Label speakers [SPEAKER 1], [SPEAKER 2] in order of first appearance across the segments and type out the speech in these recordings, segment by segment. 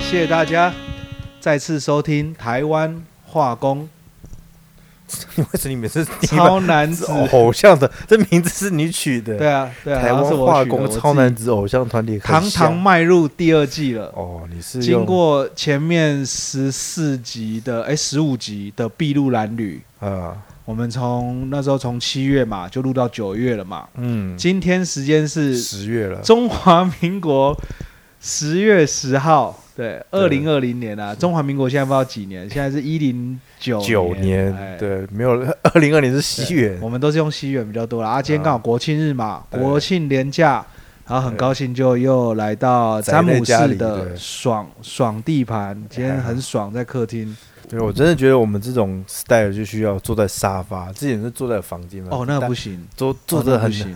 [SPEAKER 1] 谢大家再次收听台湾化工
[SPEAKER 2] 你为什么你们是 你们
[SPEAKER 1] 超男
[SPEAKER 2] 是
[SPEAKER 1] 子。
[SPEAKER 2] 偶像的？ 这名字是你取的？
[SPEAKER 1] 对啊，对啊，
[SPEAKER 2] 台
[SPEAKER 1] 然后是
[SPEAKER 2] 湾
[SPEAKER 1] 我
[SPEAKER 2] 化
[SPEAKER 1] 取的
[SPEAKER 2] 工
[SPEAKER 1] 我自己
[SPEAKER 2] 超男子偶像团体，很
[SPEAKER 1] 堂堂
[SPEAKER 2] 像
[SPEAKER 1] 迈入第二季了。
[SPEAKER 2] 哦，你是
[SPEAKER 1] 经
[SPEAKER 2] 用
[SPEAKER 1] 过前面十四集的，哎，十五集的筚路蓝缕，
[SPEAKER 2] 啊，
[SPEAKER 1] 我们从那时候从七月嘛，就录到九月了嘛。
[SPEAKER 2] 嗯，
[SPEAKER 1] 今天时间是
[SPEAKER 2] 十月了，
[SPEAKER 1] 中华民国十月十号，对，二零二零年啊，中华民国现在不知道几年，现在是一零九
[SPEAKER 2] 九
[SPEAKER 1] 哎
[SPEAKER 2] 年，对，没有了。二零二零是西元，
[SPEAKER 1] 我们都是用西元比较多啦。啊，今天
[SPEAKER 2] 嗯
[SPEAKER 1] 刚好国庆日嘛，
[SPEAKER 2] 对
[SPEAKER 1] 国庆连假，然后很高兴就又来到
[SPEAKER 2] 宅
[SPEAKER 1] 詹姆
[SPEAKER 2] 在家
[SPEAKER 1] 士
[SPEAKER 2] 里
[SPEAKER 1] 的
[SPEAKER 2] 对哎
[SPEAKER 1] 爽爽地盘，今天很爽，在客厅。
[SPEAKER 2] 对我真的觉得我们这种 style 就需要坐在沙发，之前是坐在房间嘛，
[SPEAKER 1] 哦，那个
[SPEAKER 2] 但
[SPEAKER 1] 不行，
[SPEAKER 2] 都坐
[SPEAKER 1] 哦那
[SPEAKER 2] 着
[SPEAKER 1] 个
[SPEAKER 2] 很
[SPEAKER 1] 不行。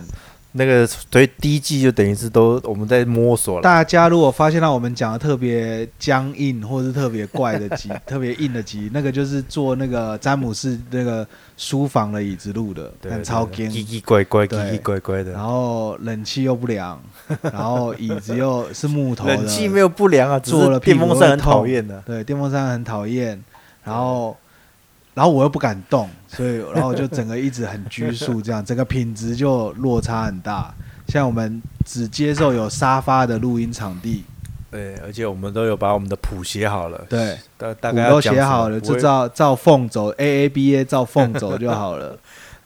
[SPEAKER 2] 那个，所以第一季就等于是都我们在摸索了，
[SPEAKER 1] 大家如果发现到我们讲的特别僵硬，或是特别怪的 集，特别硬的集，那个就是坐那个詹姆士那个书房的椅子录的，
[SPEAKER 2] 对
[SPEAKER 1] 很
[SPEAKER 2] 对
[SPEAKER 1] 超
[SPEAKER 2] 对
[SPEAKER 1] 干。
[SPEAKER 2] 奇奇怪怪，奇
[SPEAKER 1] 对
[SPEAKER 2] 奇怪怪
[SPEAKER 1] 然
[SPEAKER 2] 的，
[SPEAKER 1] 后冷气又不凉，然后椅子又是木头的，
[SPEAKER 2] 冷气没有不良啊，只
[SPEAKER 1] 坐了
[SPEAKER 2] 是
[SPEAKER 1] 屁
[SPEAKER 2] 电
[SPEAKER 1] 股
[SPEAKER 2] 风
[SPEAKER 1] 会
[SPEAKER 2] 扇很
[SPEAKER 1] 痛
[SPEAKER 2] 讨厌的，
[SPEAKER 1] 对，电风扇很讨厌，然后，然后我又不敢动，所以，然后我就整个一直很拘束，这样整个品质就落差很大。像我们只接受有沙发的录音场地，
[SPEAKER 2] 对，而且我们都有把我们的谱写好了，
[SPEAKER 1] 对，
[SPEAKER 2] 大大
[SPEAKER 1] 鼓
[SPEAKER 2] 概
[SPEAKER 1] 都
[SPEAKER 2] 要讲
[SPEAKER 1] 写
[SPEAKER 2] 什么
[SPEAKER 1] 好了，
[SPEAKER 2] 不
[SPEAKER 1] 就
[SPEAKER 2] 会
[SPEAKER 1] 照照缝走，A A B A 照缝走就好了。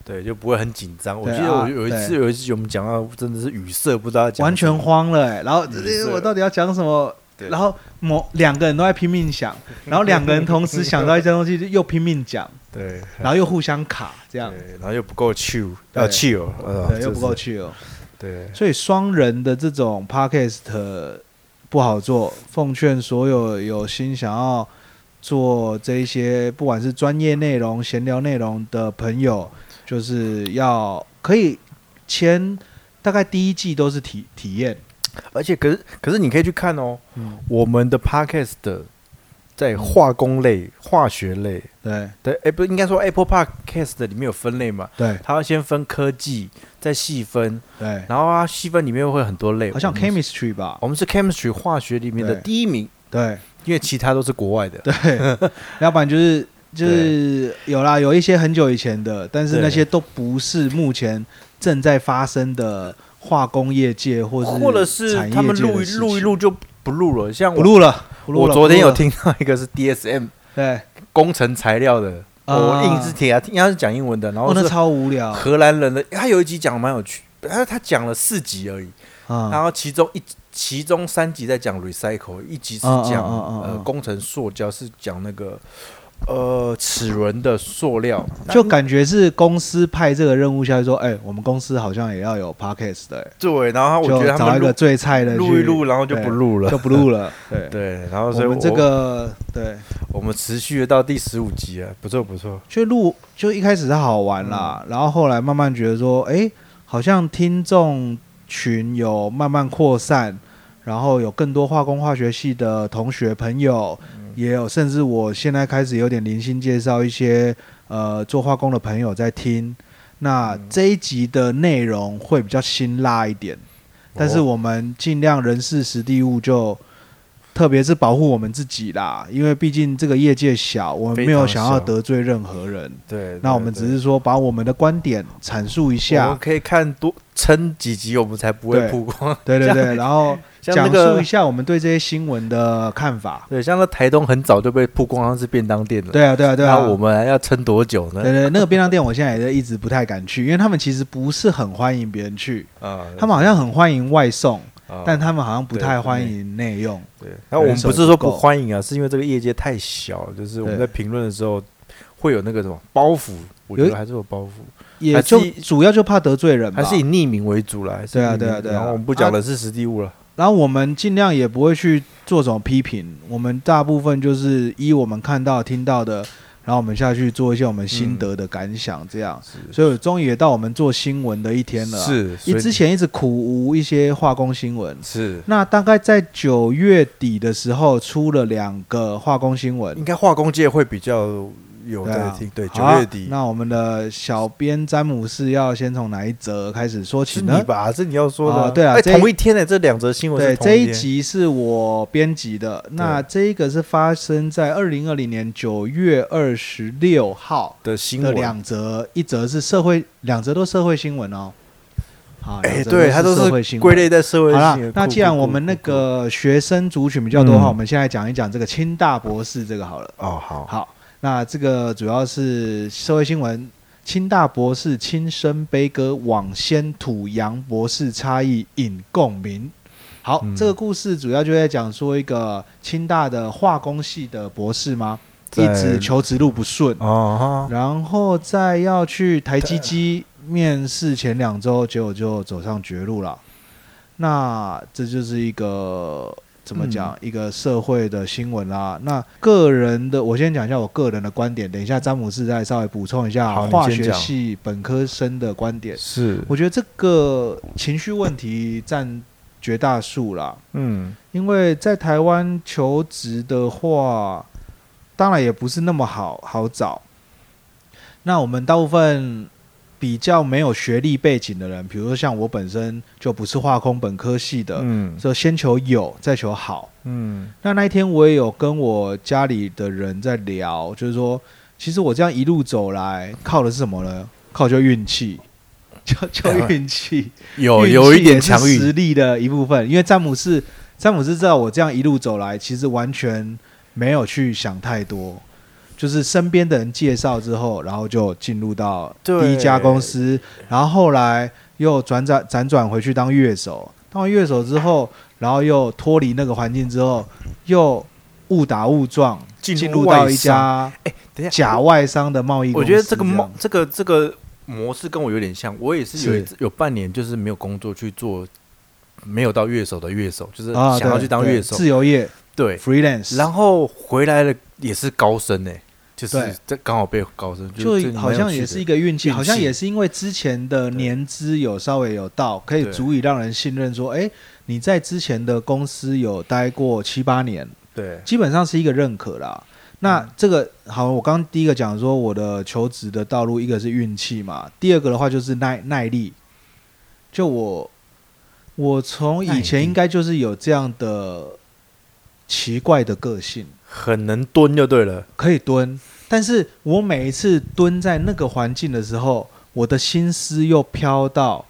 [SPEAKER 2] 对，就不会很紧张。我
[SPEAKER 1] 对
[SPEAKER 2] 记得我
[SPEAKER 1] 啊
[SPEAKER 2] 有一次
[SPEAKER 1] 对
[SPEAKER 2] 有一次我们讲到真的是语塞，不知道要 讲
[SPEAKER 1] 完全
[SPEAKER 2] 什么
[SPEAKER 1] 慌了、欸，然后、
[SPEAKER 2] 嗯
[SPEAKER 1] 这
[SPEAKER 2] 是
[SPEAKER 1] 我到底要讲什么？
[SPEAKER 2] 对
[SPEAKER 1] 然后某两个人都在拼命想，然后两个人同时想到一些东西，就又拼命讲，
[SPEAKER 2] 对，
[SPEAKER 1] 然后又互相卡，这样
[SPEAKER 2] 对，然后又不够 chill，
[SPEAKER 1] 对
[SPEAKER 2] 要 chill，呃
[SPEAKER 1] 对又不够
[SPEAKER 2] 就是
[SPEAKER 1] 去哦。
[SPEAKER 2] 对，
[SPEAKER 1] 所以双人的这
[SPEAKER 2] 嗯
[SPEAKER 1] 种 podcast 不好做，奉劝所有有心想要做这一些，不管是专业内容、闲聊内容的朋友，就是要可以前大概第一季都是体体验，
[SPEAKER 2] 而且可是可是你可以去看哦，
[SPEAKER 1] 嗯，
[SPEAKER 2] 我们的 podcast 的在化工类、化学类
[SPEAKER 1] 对
[SPEAKER 2] 对，哎，不是应该说 Apple Podcast 里面有分类嘛？
[SPEAKER 1] 对
[SPEAKER 2] 它要先分科技，再细分，
[SPEAKER 1] 对，
[SPEAKER 2] 然后它细分里面会有很多类，
[SPEAKER 1] 好像
[SPEAKER 2] 我们是
[SPEAKER 1] chemistry 吧，
[SPEAKER 2] 我们是 chemistry 化学里面的
[SPEAKER 1] 对
[SPEAKER 2] 第一名，
[SPEAKER 1] 对
[SPEAKER 2] 因为其他都是国外的。对
[SPEAKER 1] 对，要不然就是。就是有啦，有一些很久以前的，但是
[SPEAKER 2] 对
[SPEAKER 1] 那些都不是目前正在发生的化工业界或是
[SPEAKER 2] 或者是
[SPEAKER 1] 产业
[SPEAKER 2] 他们
[SPEAKER 1] 界的
[SPEAKER 2] 录一
[SPEAKER 1] 事
[SPEAKER 2] 录一
[SPEAKER 1] 情
[SPEAKER 2] 录就不录了。像我
[SPEAKER 1] 不录了，不录
[SPEAKER 2] 我
[SPEAKER 1] 了
[SPEAKER 2] 昨天有，
[SPEAKER 1] 不录了
[SPEAKER 2] 听到一个是 DSM
[SPEAKER 1] 对，
[SPEAKER 2] 工程材料的，
[SPEAKER 1] 啊
[SPEAKER 2] 我硬是听啊，听他是讲英文的，然
[SPEAKER 1] 哦，
[SPEAKER 2] 后
[SPEAKER 1] 那
[SPEAKER 2] 是
[SPEAKER 1] 超无聊啊
[SPEAKER 2] 荷兰人的，他有一集讲的蛮有趣，他他讲了四集而已，，
[SPEAKER 1] 嗯
[SPEAKER 2] 然后其中一其中三集在讲 recycle，一集是
[SPEAKER 1] 嗯嗯
[SPEAKER 2] 讲
[SPEAKER 1] 嗯嗯
[SPEAKER 2] 呃
[SPEAKER 1] 嗯
[SPEAKER 2] 工程塑胶，是讲那个呃齿轮的塑料，
[SPEAKER 1] 就感觉是公司派这个任务下去说，哎，我们公司好像也要有 podcast 的，哎
[SPEAKER 2] 对，然后我觉
[SPEAKER 1] 就
[SPEAKER 2] 得他
[SPEAKER 1] 找一
[SPEAKER 2] 们
[SPEAKER 1] 个
[SPEAKER 2] 录
[SPEAKER 1] 最菜的
[SPEAKER 2] 录
[SPEAKER 1] 去
[SPEAKER 2] 一录，，然后就
[SPEAKER 1] 对
[SPEAKER 2] 不录了
[SPEAKER 1] 就。不录了，对。
[SPEAKER 2] 对，然后所以
[SPEAKER 1] 我们这个对，
[SPEAKER 2] 我们持续了到第十五集啊，不错不错。
[SPEAKER 1] 就录就一开始是好玩
[SPEAKER 2] 嗯
[SPEAKER 1] 啦，然后后来慢慢觉得说，哎，好像听众群有慢慢扩散，然后有更多化工化学系的同学朋友，
[SPEAKER 2] 嗯
[SPEAKER 1] 也有甚至我现在开始有点零星介绍一些呃做化工的朋友在听。
[SPEAKER 2] 嗯
[SPEAKER 1] 那这一集的内容会比较辛辣一点，但是
[SPEAKER 2] 哦
[SPEAKER 1] 我们尽量人事实地物就。特别是保护我们自己啦，因为毕竟这个业界小，我们没有
[SPEAKER 2] 非
[SPEAKER 1] 想
[SPEAKER 2] 常
[SPEAKER 1] 要
[SPEAKER 2] 小
[SPEAKER 1] 得罪任何人。
[SPEAKER 2] 对，
[SPEAKER 1] 那
[SPEAKER 2] 对
[SPEAKER 1] 我们只
[SPEAKER 2] 对
[SPEAKER 1] 是说把我们的观点阐述一
[SPEAKER 2] 我
[SPEAKER 1] 下
[SPEAKER 2] 们，可以看多撑几集，我们才不会
[SPEAKER 1] 对
[SPEAKER 2] 曝光。
[SPEAKER 1] 对对对，然后
[SPEAKER 2] 像那
[SPEAKER 1] 讲述
[SPEAKER 2] 个
[SPEAKER 1] 一下我们对这些新闻的看法。
[SPEAKER 2] 对，像那台东很早就被曝光，它是便当店了。
[SPEAKER 1] 对啊，对啊，对啊，
[SPEAKER 2] 那我们还要撑多久
[SPEAKER 1] 对
[SPEAKER 2] 呢？
[SPEAKER 1] 对，那个便当店我现在也是一直不太敢去，因为他们其实不是很欢迎别人去，
[SPEAKER 2] 啊，
[SPEAKER 1] 他们好像很欢迎外送，
[SPEAKER 2] 啊，
[SPEAKER 1] 但他们好像不
[SPEAKER 2] 对
[SPEAKER 1] 太
[SPEAKER 2] 对
[SPEAKER 1] 欢迎内用。
[SPEAKER 2] 对，那我们不是
[SPEAKER 1] 人手
[SPEAKER 2] 说
[SPEAKER 1] 不够
[SPEAKER 2] 不欢迎啊，是因为这个业界太小，就是我们
[SPEAKER 1] 对
[SPEAKER 2] 在评论的时候会有那个什么包袱，我觉
[SPEAKER 1] 有
[SPEAKER 2] 得还是有包袱，
[SPEAKER 1] 也
[SPEAKER 2] 还是
[SPEAKER 1] 就
[SPEAKER 2] 以
[SPEAKER 1] 主要就怕得罪人吧
[SPEAKER 2] 还。是以匿名为主啦。还是
[SPEAKER 1] 对啊
[SPEAKER 2] 以匿名
[SPEAKER 1] 对啊对啊
[SPEAKER 2] 然后我们不讲人事实地物了，
[SPEAKER 1] 然后我们尽量也不会去做什么批评，我们大部分就是依我们看到、听到的，然后我们下去做一些我们心得的感想，这样。
[SPEAKER 2] 是
[SPEAKER 1] 所以终于也到我们做新闻的一天了啊、
[SPEAKER 2] 是，
[SPEAKER 1] 一
[SPEAKER 2] 所以
[SPEAKER 1] 之前一直苦无一些化工新闻。
[SPEAKER 2] 是
[SPEAKER 1] 那大概在九月底的时候出了两个化工新闻
[SPEAKER 2] 应，该化工界会比较有
[SPEAKER 1] 对
[SPEAKER 2] 在
[SPEAKER 1] 啊
[SPEAKER 2] 听，对，九
[SPEAKER 1] 好啊
[SPEAKER 2] 月底
[SPEAKER 1] 那我们的小编詹姆士要先从哪一则开始说起
[SPEAKER 2] 是
[SPEAKER 1] 呢
[SPEAKER 2] 你？吧？这你要说的啊，
[SPEAKER 1] 哦对啊
[SPEAKER 2] 哎，
[SPEAKER 1] 这一
[SPEAKER 2] 同一天呢，这两则新闻
[SPEAKER 1] 对，
[SPEAKER 2] 是同
[SPEAKER 1] 这一
[SPEAKER 2] 天
[SPEAKER 1] 集是我编辑的，那这一个是发生在二零二零年九月二十六号
[SPEAKER 2] 的新
[SPEAKER 1] 的
[SPEAKER 2] 闻，
[SPEAKER 1] 两则，一则是社会，两则都社会新闻哦。好，
[SPEAKER 2] 哎，
[SPEAKER 1] 两则
[SPEAKER 2] 对，它都
[SPEAKER 1] 社会新
[SPEAKER 2] 是
[SPEAKER 1] 闻
[SPEAKER 2] 归类在社会
[SPEAKER 1] 好
[SPEAKER 2] 性
[SPEAKER 1] 啦
[SPEAKER 2] 的。，
[SPEAKER 1] 那
[SPEAKER 2] 酷
[SPEAKER 1] 既然
[SPEAKER 2] 酷
[SPEAKER 1] 我们
[SPEAKER 2] 酷
[SPEAKER 1] 那
[SPEAKER 2] 酷
[SPEAKER 1] 个学生族群比较多的话，
[SPEAKER 2] 嗯
[SPEAKER 1] 我们现在讲一讲这个清大博士这个好了。
[SPEAKER 2] 哦好，
[SPEAKER 1] 好，那这个主要是社会新闻，清大博士亲身悲歌，网先土洋博士差异引共鸣。好，
[SPEAKER 2] 嗯
[SPEAKER 1] 这个故事主要就在讲说一个清大的化工系的博士吗，一
[SPEAKER 2] 在
[SPEAKER 1] 直求职路不顺，
[SPEAKER 2] 哦哈，
[SPEAKER 1] 然后在要去台积机面试前两周，结果就走上绝路了。那这就是一个怎么
[SPEAKER 2] 嗯
[SPEAKER 1] 讲、一个社会的新闻啦。那个人的，我先讲一下我个人的观点，等一下詹姆斯再稍微补充一下
[SPEAKER 2] 好你先
[SPEAKER 1] 化学
[SPEAKER 2] 讲
[SPEAKER 1] 系本科生的观点。
[SPEAKER 2] 是，
[SPEAKER 1] 我觉得这个情绪问题占绝大数啦。
[SPEAKER 2] 嗯，
[SPEAKER 1] 因为在台湾求职的话，当然也不是那么好好找。那我们大部分比较没有学历背景的人，比如说像我本身就不是化工本科系的，
[SPEAKER 2] 嗯
[SPEAKER 1] 就先求有，再求好。
[SPEAKER 2] 嗯，
[SPEAKER 1] 那那一天我也有跟我家里的人在聊，就是说，其实我这样一路走来，靠的是什么呢？靠就运气， 就就运气。
[SPEAKER 2] 有
[SPEAKER 1] 运
[SPEAKER 2] 哦有
[SPEAKER 1] 气
[SPEAKER 2] 一点
[SPEAKER 1] 也是
[SPEAKER 2] 强
[SPEAKER 1] 实
[SPEAKER 2] 运，
[SPEAKER 1] 力的一部分。因为詹姆斯，詹姆斯知道我这样一路走来，其实完全没有去想太多，就是身边的人介绍之后，然后就进入到
[SPEAKER 2] 对
[SPEAKER 1] 第一家公司，然后后来又转转辗转回去当乐手，当完乐手之后，然后又脱离那个环境之后，又误打误撞
[SPEAKER 2] 进入
[SPEAKER 1] 进入到
[SPEAKER 2] 外
[SPEAKER 1] 一家
[SPEAKER 2] 哎，等一下，
[SPEAKER 1] 假外商的贸易公
[SPEAKER 2] 我
[SPEAKER 1] 司
[SPEAKER 2] 觉得这个
[SPEAKER 1] 样
[SPEAKER 2] 模这个这个模式跟我有点像，我也是有一
[SPEAKER 1] 是
[SPEAKER 2] 有半年就是没有工作去做，没有到乐手的乐手，就是
[SPEAKER 1] 啊，
[SPEAKER 2] 想要
[SPEAKER 1] 对
[SPEAKER 2] 去当
[SPEAKER 1] 对
[SPEAKER 2] 乐手，
[SPEAKER 1] 自由业
[SPEAKER 2] 对，
[SPEAKER 1] freelance，
[SPEAKER 2] 然后回来了也是高升呢、欸就是
[SPEAKER 1] 对
[SPEAKER 2] 这刚好被高升，
[SPEAKER 1] 就
[SPEAKER 2] 这
[SPEAKER 1] 好像也是一个运气，
[SPEAKER 2] 运气
[SPEAKER 1] 好像也是因为之前的年资有稍微有到，可以
[SPEAKER 2] 对
[SPEAKER 1] 足以让人信任说，哎，你在之前的公司有待过七八年，
[SPEAKER 2] 对
[SPEAKER 1] 基本上是一个认可啦。那
[SPEAKER 2] 嗯
[SPEAKER 1] 这个好，我刚刚第一个讲说我的求职的道路，一个是运气嘛，第二个的话就是耐耐力。就我，我从以
[SPEAKER 2] 耐
[SPEAKER 1] 前
[SPEAKER 2] 力
[SPEAKER 1] 应该就是有这样的奇怪的个性。
[SPEAKER 2] 很能蹲就对了，
[SPEAKER 1] 可以蹲，但是我每一次蹲在那个环境的时候，我的心思又飘 到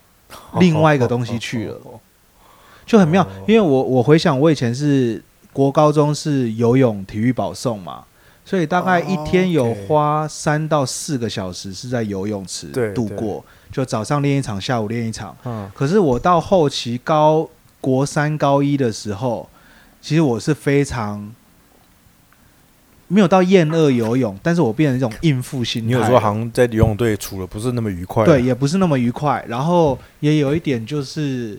[SPEAKER 1] 另外一个东西去了，就很妙
[SPEAKER 2] 哦。
[SPEAKER 1] 因为我我回想我以前是国高中是游泳体育保送嘛，所以大概一天有
[SPEAKER 2] 哦，OK
[SPEAKER 1] 花三到四个小时是在游泳池
[SPEAKER 2] 对
[SPEAKER 1] 度过，就早上练一场，下午练一场。
[SPEAKER 2] 嗯，
[SPEAKER 1] 可是我到后期高国三高一的时候，其实我是非常没有到厌恶游泳，但是我变成一种应付心态。
[SPEAKER 2] 你有时候好像在游泳队处了不是那么愉快，
[SPEAKER 1] 对，也不是那么愉快，然后也有一点就是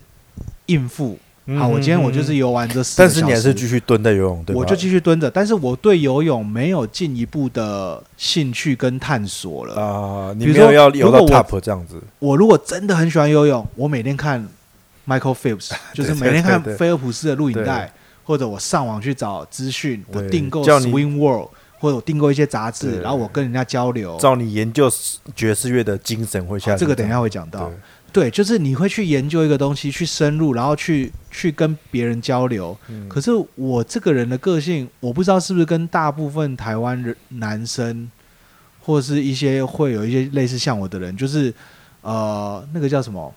[SPEAKER 1] 应付。
[SPEAKER 2] 嗯，
[SPEAKER 1] 好，我今天我就
[SPEAKER 2] 嗯，
[SPEAKER 1] 是
[SPEAKER 2] 嗯
[SPEAKER 1] 游完这四个
[SPEAKER 2] 但
[SPEAKER 1] 小时，
[SPEAKER 2] 是你还是继续蹲在游泳队吧，
[SPEAKER 1] 我就继续蹲着，但是我对游泳没有进一步的兴趣跟探索了。
[SPEAKER 2] 啊，你
[SPEAKER 1] 比如
[SPEAKER 2] 没
[SPEAKER 1] 说
[SPEAKER 2] 有要游到
[SPEAKER 1] 如果我
[SPEAKER 2] top 这样子，
[SPEAKER 1] 我如果真的很喜欢游泳，我每天看 Michael Phelps，就是每天看
[SPEAKER 2] 对对对
[SPEAKER 1] 菲尔普斯的录影
[SPEAKER 2] 对
[SPEAKER 1] 带，或者我上网去找资讯，我
[SPEAKER 2] 对
[SPEAKER 1] 订购
[SPEAKER 2] 叫你
[SPEAKER 1] Swing World，或者我订购一些杂志，
[SPEAKER 2] 对
[SPEAKER 1] 然后我跟人家交流。
[SPEAKER 2] 照你研究爵士乐的精神会下
[SPEAKER 1] 啊
[SPEAKER 2] 来，
[SPEAKER 1] 这个等一下会讲到，对，就是你会去研究一个东西，去深入，然后去去跟别人交流。
[SPEAKER 2] 嗯
[SPEAKER 1] 可是我这个人的个性，我不知道是不是跟大部分台湾人男生，或是一些会有一些类似像我的人，就是呃，那个叫什么，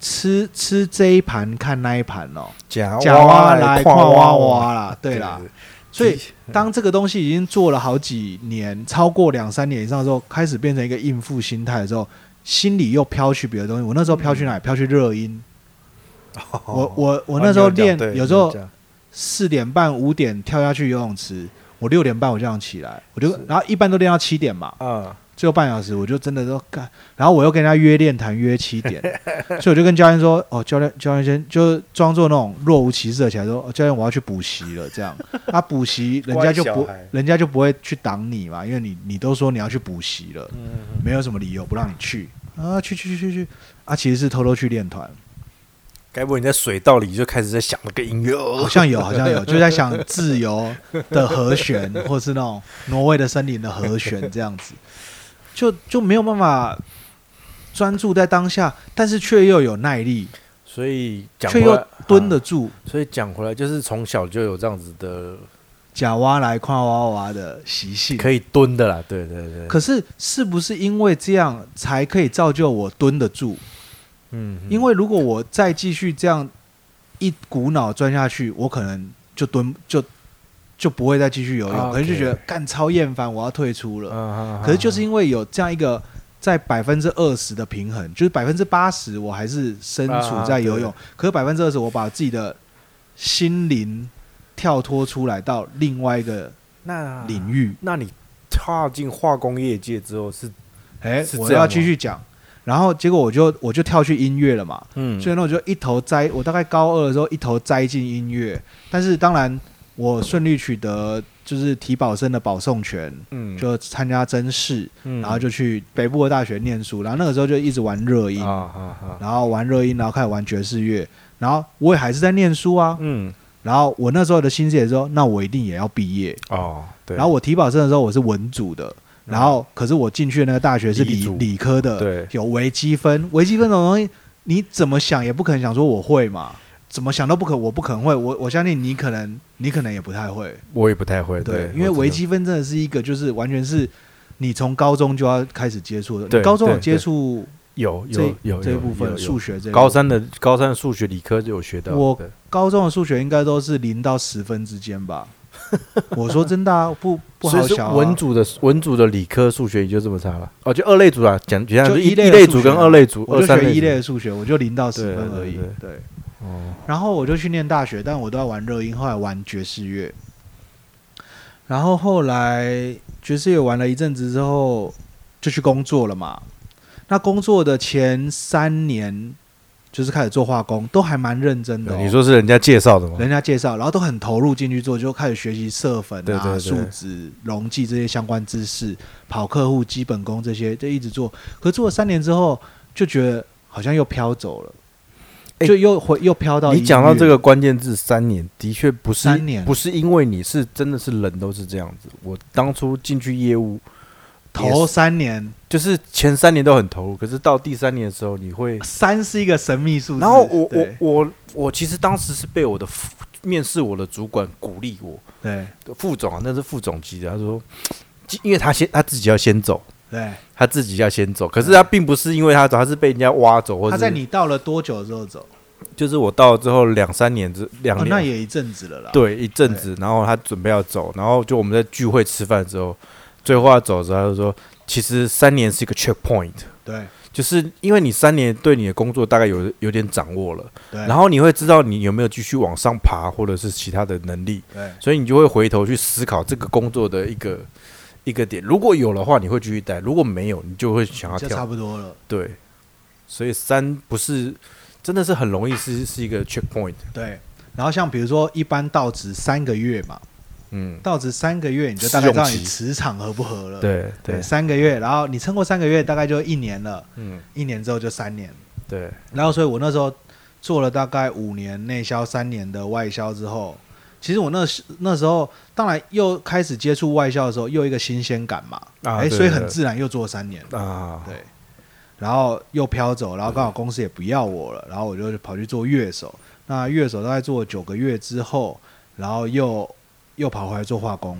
[SPEAKER 1] 吃吃这一盘看那一盘哦，
[SPEAKER 2] 假
[SPEAKER 1] 假哇来
[SPEAKER 2] 来
[SPEAKER 1] 看哇
[SPEAKER 2] 哇，
[SPEAKER 1] 哇啦，对啦。所以当这个东西已经做了好几年，超过两三年以上之后，开始变成一个应付心态的时候，心里又飘去别的东西。我那时候飘去哪里？飘去热音。我
[SPEAKER 2] 哦
[SPEAKER 1] 我我那时候练，哦有时候四点半五点跳下去游泳池，我六点半我就想起来，我就是然后一般都练到七点嘛，
[SPEAKER 2] 啊，
[SPEAKER 1] 最后半小时我就真的都干，然后我又跟人家约练谈约七 点，所以我就跟教练说，哦，教练教练先就装作那种若无其事的起来说，哦、教练我要去补习了，这样，啊补习人家就不
[SPEAKER 2] 乖小孩
[SPEAKER 1] 人家就不会去挡你嘛，因为你你都说你要去补习了，
[SPEAKER 2] 嗯，
[SPEAKER 1] 没有什么理由不让你去啊，去去去去去，啊其实是偷偷去练团，
[SPEAKER 2] 该不会你在水道里就开始在想那个音乐？
[SPEAKER 1] 好像 有，好像有，就在想自由的和弦，或是那种挪威的森林的和弦这样子，就就没有办法专注在当下，但是却又有耐力，
[SPEAKER 2] 所以讲
[SPEAKER 1] 却
[SPEAKER 2] 回
[SPEAKER 1] 又
[SPEAKER 2] 来
[SPEAKER 1] 蹲得
[SPEAKER 2] 啊
[SPEAKER 1] 住。
[SPEAKER 2] 所以讲回来就是从小就有这样子的
[SPEAKER 1] 假挖来夸娃娃的习性，
[SPEAKER 2] 可以蹲的啦，对对对，
[SPEAKER 1] 可是是不是因为这样才可以造就我蹲得住？
[SPEAKER 2] 嗯，嗯
[SPEAKER 1] 因为如果我再继续这样一股脑钻下去，我可能就蹲就就不会再继续游泳，
[SPEAKER 2] 啊 OK
[SPEAKER 1] 可能就觉得干超厌烦，我要退出了。
[SPEAKER 2] 啊
[SPEAKER 1] 可是就是因为有这样一个在百分之二十的平衡，就是百分之八十我还是身处在游泳，
[SPEAKER 2] 啊
[SPEAKER 1] 可是百分之二十我把自己的心灵跳脱出来到另外一个
[SPEAKER 2] 那
[SPEAKER 1] 领域。
[SPEAKER 2] 那你踏进化工业界之后是
[SPEAKER 1] 哎、
[SPEAKER 2] 是
[SPEAKER 1] 我
[SPEAKER 2] 这样
[SPEAKER 1] 要
[SPEAKER 2] 吗
[SPEAKER 1] 继续讲，然后结果我就我就跳去音乐了嘛。
[SPEAKER 2] 嗯
[SPEAKER 1] 所以呢，我就一头栽，我大概高二的时候一头栽进音乐，但是当然我顺利取得就是体保生的保送权，
[SPEAKER 2] 嗯
[SPEAKER 1] 就参加甄试，
[SPEAKER 2] 嗯
[SPEAKER 1] 然后就去北部的大学念书，然后那个时候就一直玩热音，
[SPEAKER 2] 啊啊啊，
[SPEAKER 1] 然后玩热音，然后开始玩爵士乐，然后我也还是在念书啊，
[SPEAKER 2] 嗯
[SPEAKER 1] 然后我那时候的心思也是说，那我一定也要毕业，
[SPEAKER 2] 哦对，嗯
[SPEAKER 1] 然后我体保生的时候我是文组的。然后，可是我进去的那个大学是
[SPEAKER 2] 理
[SPEAKER 1] 理
[SPEAKER 2] 组
[SPEAKER 1] 理科的，
[SPEAKER 2] 对
[SPEAKER 1] 有微积分，微积分这种东西，你怎么想也不可能想说我会嘛，怎么想都不可，我不可能会，我我相信你可能，你可能也不太会，
[SPEAKER 2] 我也不太会，
[SPEAKER 1] 对，
[SPEAKER 2] 对，
[SPEAKER 1] 因为
[SPEAKER 2] 我知道
[SPEAKER 1] 微积分真的是一个就是完全是你从高中就要开始接触的，
[SPEAKER 2] 对
[SPEAKER 1] 你高中有
[SPEAKER 2] 对
[SPEAKER 1] 接触
[SPEAKER 2] 有
[SPEAKER 1] 这
[SPEAKER 2] 有有
[SPEAKER 1] 这一
[SPEAKER 2] 有
[SPEAKER 1] 部
[SPEAKER 2] 有
[SPEAKER 1] 分
[SPEAKER 2] 有
[SPEAKER 1] 数学这一
[SPEAKER 2] 高
[SPEAKER 1] 部分
[SPEAKER 2] 三的高三的数学理科就有学到，
[SPEAKER 1] 我
[SPEAKER 2] 对
[SPEAKER 1] 高中的数学应该都是零到十分之间 吧，我说真的啊，不不
[SPEAKER 2] 所
[SPEAKER 1] 好
[SPEAKER 2] 以是
[SPEAKER 1] 想、啊，
[SPEAKER 2] 文组的文组的理科数学也就这么差了，哦，就二类组啦，讲讲
[SPEAKER 1] 就
[SPEAKER 2] 一
[SPEAKER 1] 一类的
[SPEAKER 2] 类
[SPEAKER 1] 数
[SPEAKER 2] 组
[SPEAKER 1] 学
[SPEAKER 2] 跟
[SPEAKER 1] 啊
[SPEAKER 2] 二类组，
[SPEAKER 1] 我
[SPEAKER 2] 二
[SPEAKER 1] 就
[SPEAKER 2] 三
[SPEAKER 1] 学一类
[SPEAKER 2] 类
[SPEAKER 1] 的
[SPEAKER 2] 组，
[SPEAKER 1] 数学，我就零到十分
[SPEAKER 2] 对
[SPEAKER 1] 而已，
[SPEAKER 2] 对
[SPEAKER 1] 对
[SPEAKER 2] 哦，
[SPEAKER 1] 然后我就去念大学，但我都要玩热音，后来玩爵士乐。然后后来爵士乐玩了一阵子之后，就去工作了嘛。那工作的前三年，就是开始做化工，都还蛮认真的哦、
[SPEAKER 2] 你说是人家介绍的吗？
[SPEAKER 1] 人家介绍，然后都很投入进去做，就开始学习色粉
[SPEAKER 2] 对
[SPEAKER 1] 啊、
[SPEAKER 2] 对对
[SPEAKER 1] 树脂、溶剂这些相关知识，跑客户、基本功这些，就一直做。可做了三年之后，就觉得好像又飘走了，
[SPEAKER 2] 哎
[SPEAKER 1] 就又回又飘到
[SPEAKER 2] 你讲到
[SPEAKER 1] 音乐
[SPEAKER 2] 这个关键字三年，的确不是
[SPEAKER 1] 三年
[SPEAKER 2] 不是因为你是真的是人都是这样子。我当初进去业务，
[SPEAKER 1] 头三年，
[SPEAKER 2] 就是前三年都很投入，可是到第三年的时候，你会。
[SPEAKER 1] 三是一个神秘数字。
[SPEAKER 2] 然后我我
[SPEAKER 1] 啊对
[SPEAKER 2] 我我其实当时是被我的副面试我的主管鼓励我，
[SPEAKER 1] 对
[SPEAKER 2] 副总啊，那是副总级的，他说，因为他先他自己要先走，
[SPEAKER 1] 对，
[SPEAKER 2] 他自己要先走，可是他并不是因为他走，他是被人家挖走，或者
[SPEAKER 1] 嗯他在你到了多久之后走？
[SPEAKER 2] 就是我到了之后两三年之两
[SPEAKER 1] 哦，
[SPEAKER 2] 年、
[SPEAKER 1] 那也一阵子了啦。，
[SPEAKER 2] 对一阵子，然后他准备要走，然后就我们在聚会吃饭之后，最后要走的时候，他就说，其实三年是一个 checkpoint，
[SPEAKER 1] 对
[SPEAKER 2] 就是因为你三年对你的工作大概有有点掌握了，
[SPEAKER 1] 对，
[SPEAKER 2] 然后你会知道你有没有继续往上爬，或者是其他的能力，
[SPEAKER 1] 对
[SPEAKER 2] 所以你就会回头去思考这个工作的一个。一个点，如果有的话，你会继续待；如果没有，你就会想要
[SPEAKER 1] 就
[SPEAKER 2] 啊跳
[SPEAKER 1] 差。不多了。
[SPEAKER 2] 对，所以三不是真的是很容易是是一个 checkpoint。
[SPEAKER 1] 对，然后像比如说一般到职三个月嘛，
[SPEAKER 2] 嗯，
[SPEAKER 1] 到职三个月你就大概知道
[SPEAKER 2] 试
[SPEAKER 1] 你
[SPEAKER 2] 用期
[SPEAKER 1] 磁场合不合了。
[SPEAKER 2] 对对
[SPEAKER 1] 对，，三个月，然后你撑过三个月，大概就一年了，
[SPEAKER 2] 嗯
[SPEAKER 1] 一年之后就三年。
[SPEAKER 2] 对，
[SPEAKER 1] 然后所以我那时候做了大概五年内销三年的外销之后，其实我那时那时候当然又开始接触外销的时候，又一个新鲜感嘛，哎、
[SPEAKER 2] 啊对
[SPEAKER 1] 所以很
[SPEAKER 2] 对
[SPEAKER 1] 自然又做三年，
[SPEAKER 2] 啊，
[SPEAKER 1] 对，然后又飘走，然后刚好公司也不要我了，然后我就跑去做乐手，那乐手大概做了九个月之后，然后又又跑回来做化工，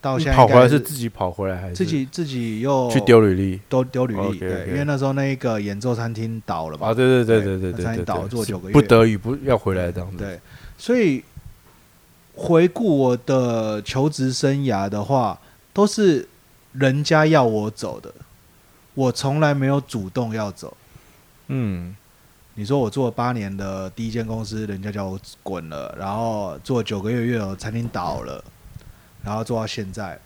[SPEAKER 1] 到
[SPEAKER 2] 你
[SPEAKER 1] 现在
[SPEAKER 2] 跑
[SPEAKER 1] 应该
[SPEAKER 2] 回来是自己跑回来还是
[SPEAKER 1] 自己自己又
[SPEAKER 2] 去丢履历？
[SPEAKER 1] 都丢履历
[SPEAKER 2] OK，OK
[SPEAKER 1] 对，因为那时候那一个演奏餐厅倒了嘛
[SPEAKER 2] 啊，，对对对
[SPEAKER 1] 对
[SPEAKER 2] 对对
[SPEAKER 1] 他在
[SPEAKER 2] 对对，
[SPEAKER 1] 岛
[SPEAKER 2] 对
[SPEAKER 1] 做
[SPEAKER 2] 是
[SPEAKER 1] 九个月
[SPEAKER 2] 不得已不要回来这样子。
[SPEAKER 1] 对，所以回顾我的求职生涯的话，都是人家要我走的，我从来没有主动要走。
[SPEAKER 2] 嗯，
[SPEAKER 1] 你说我做了八年的第一间公司，人家叫我滚了，然后做九个月月有餐厅倒了，然后做到现在，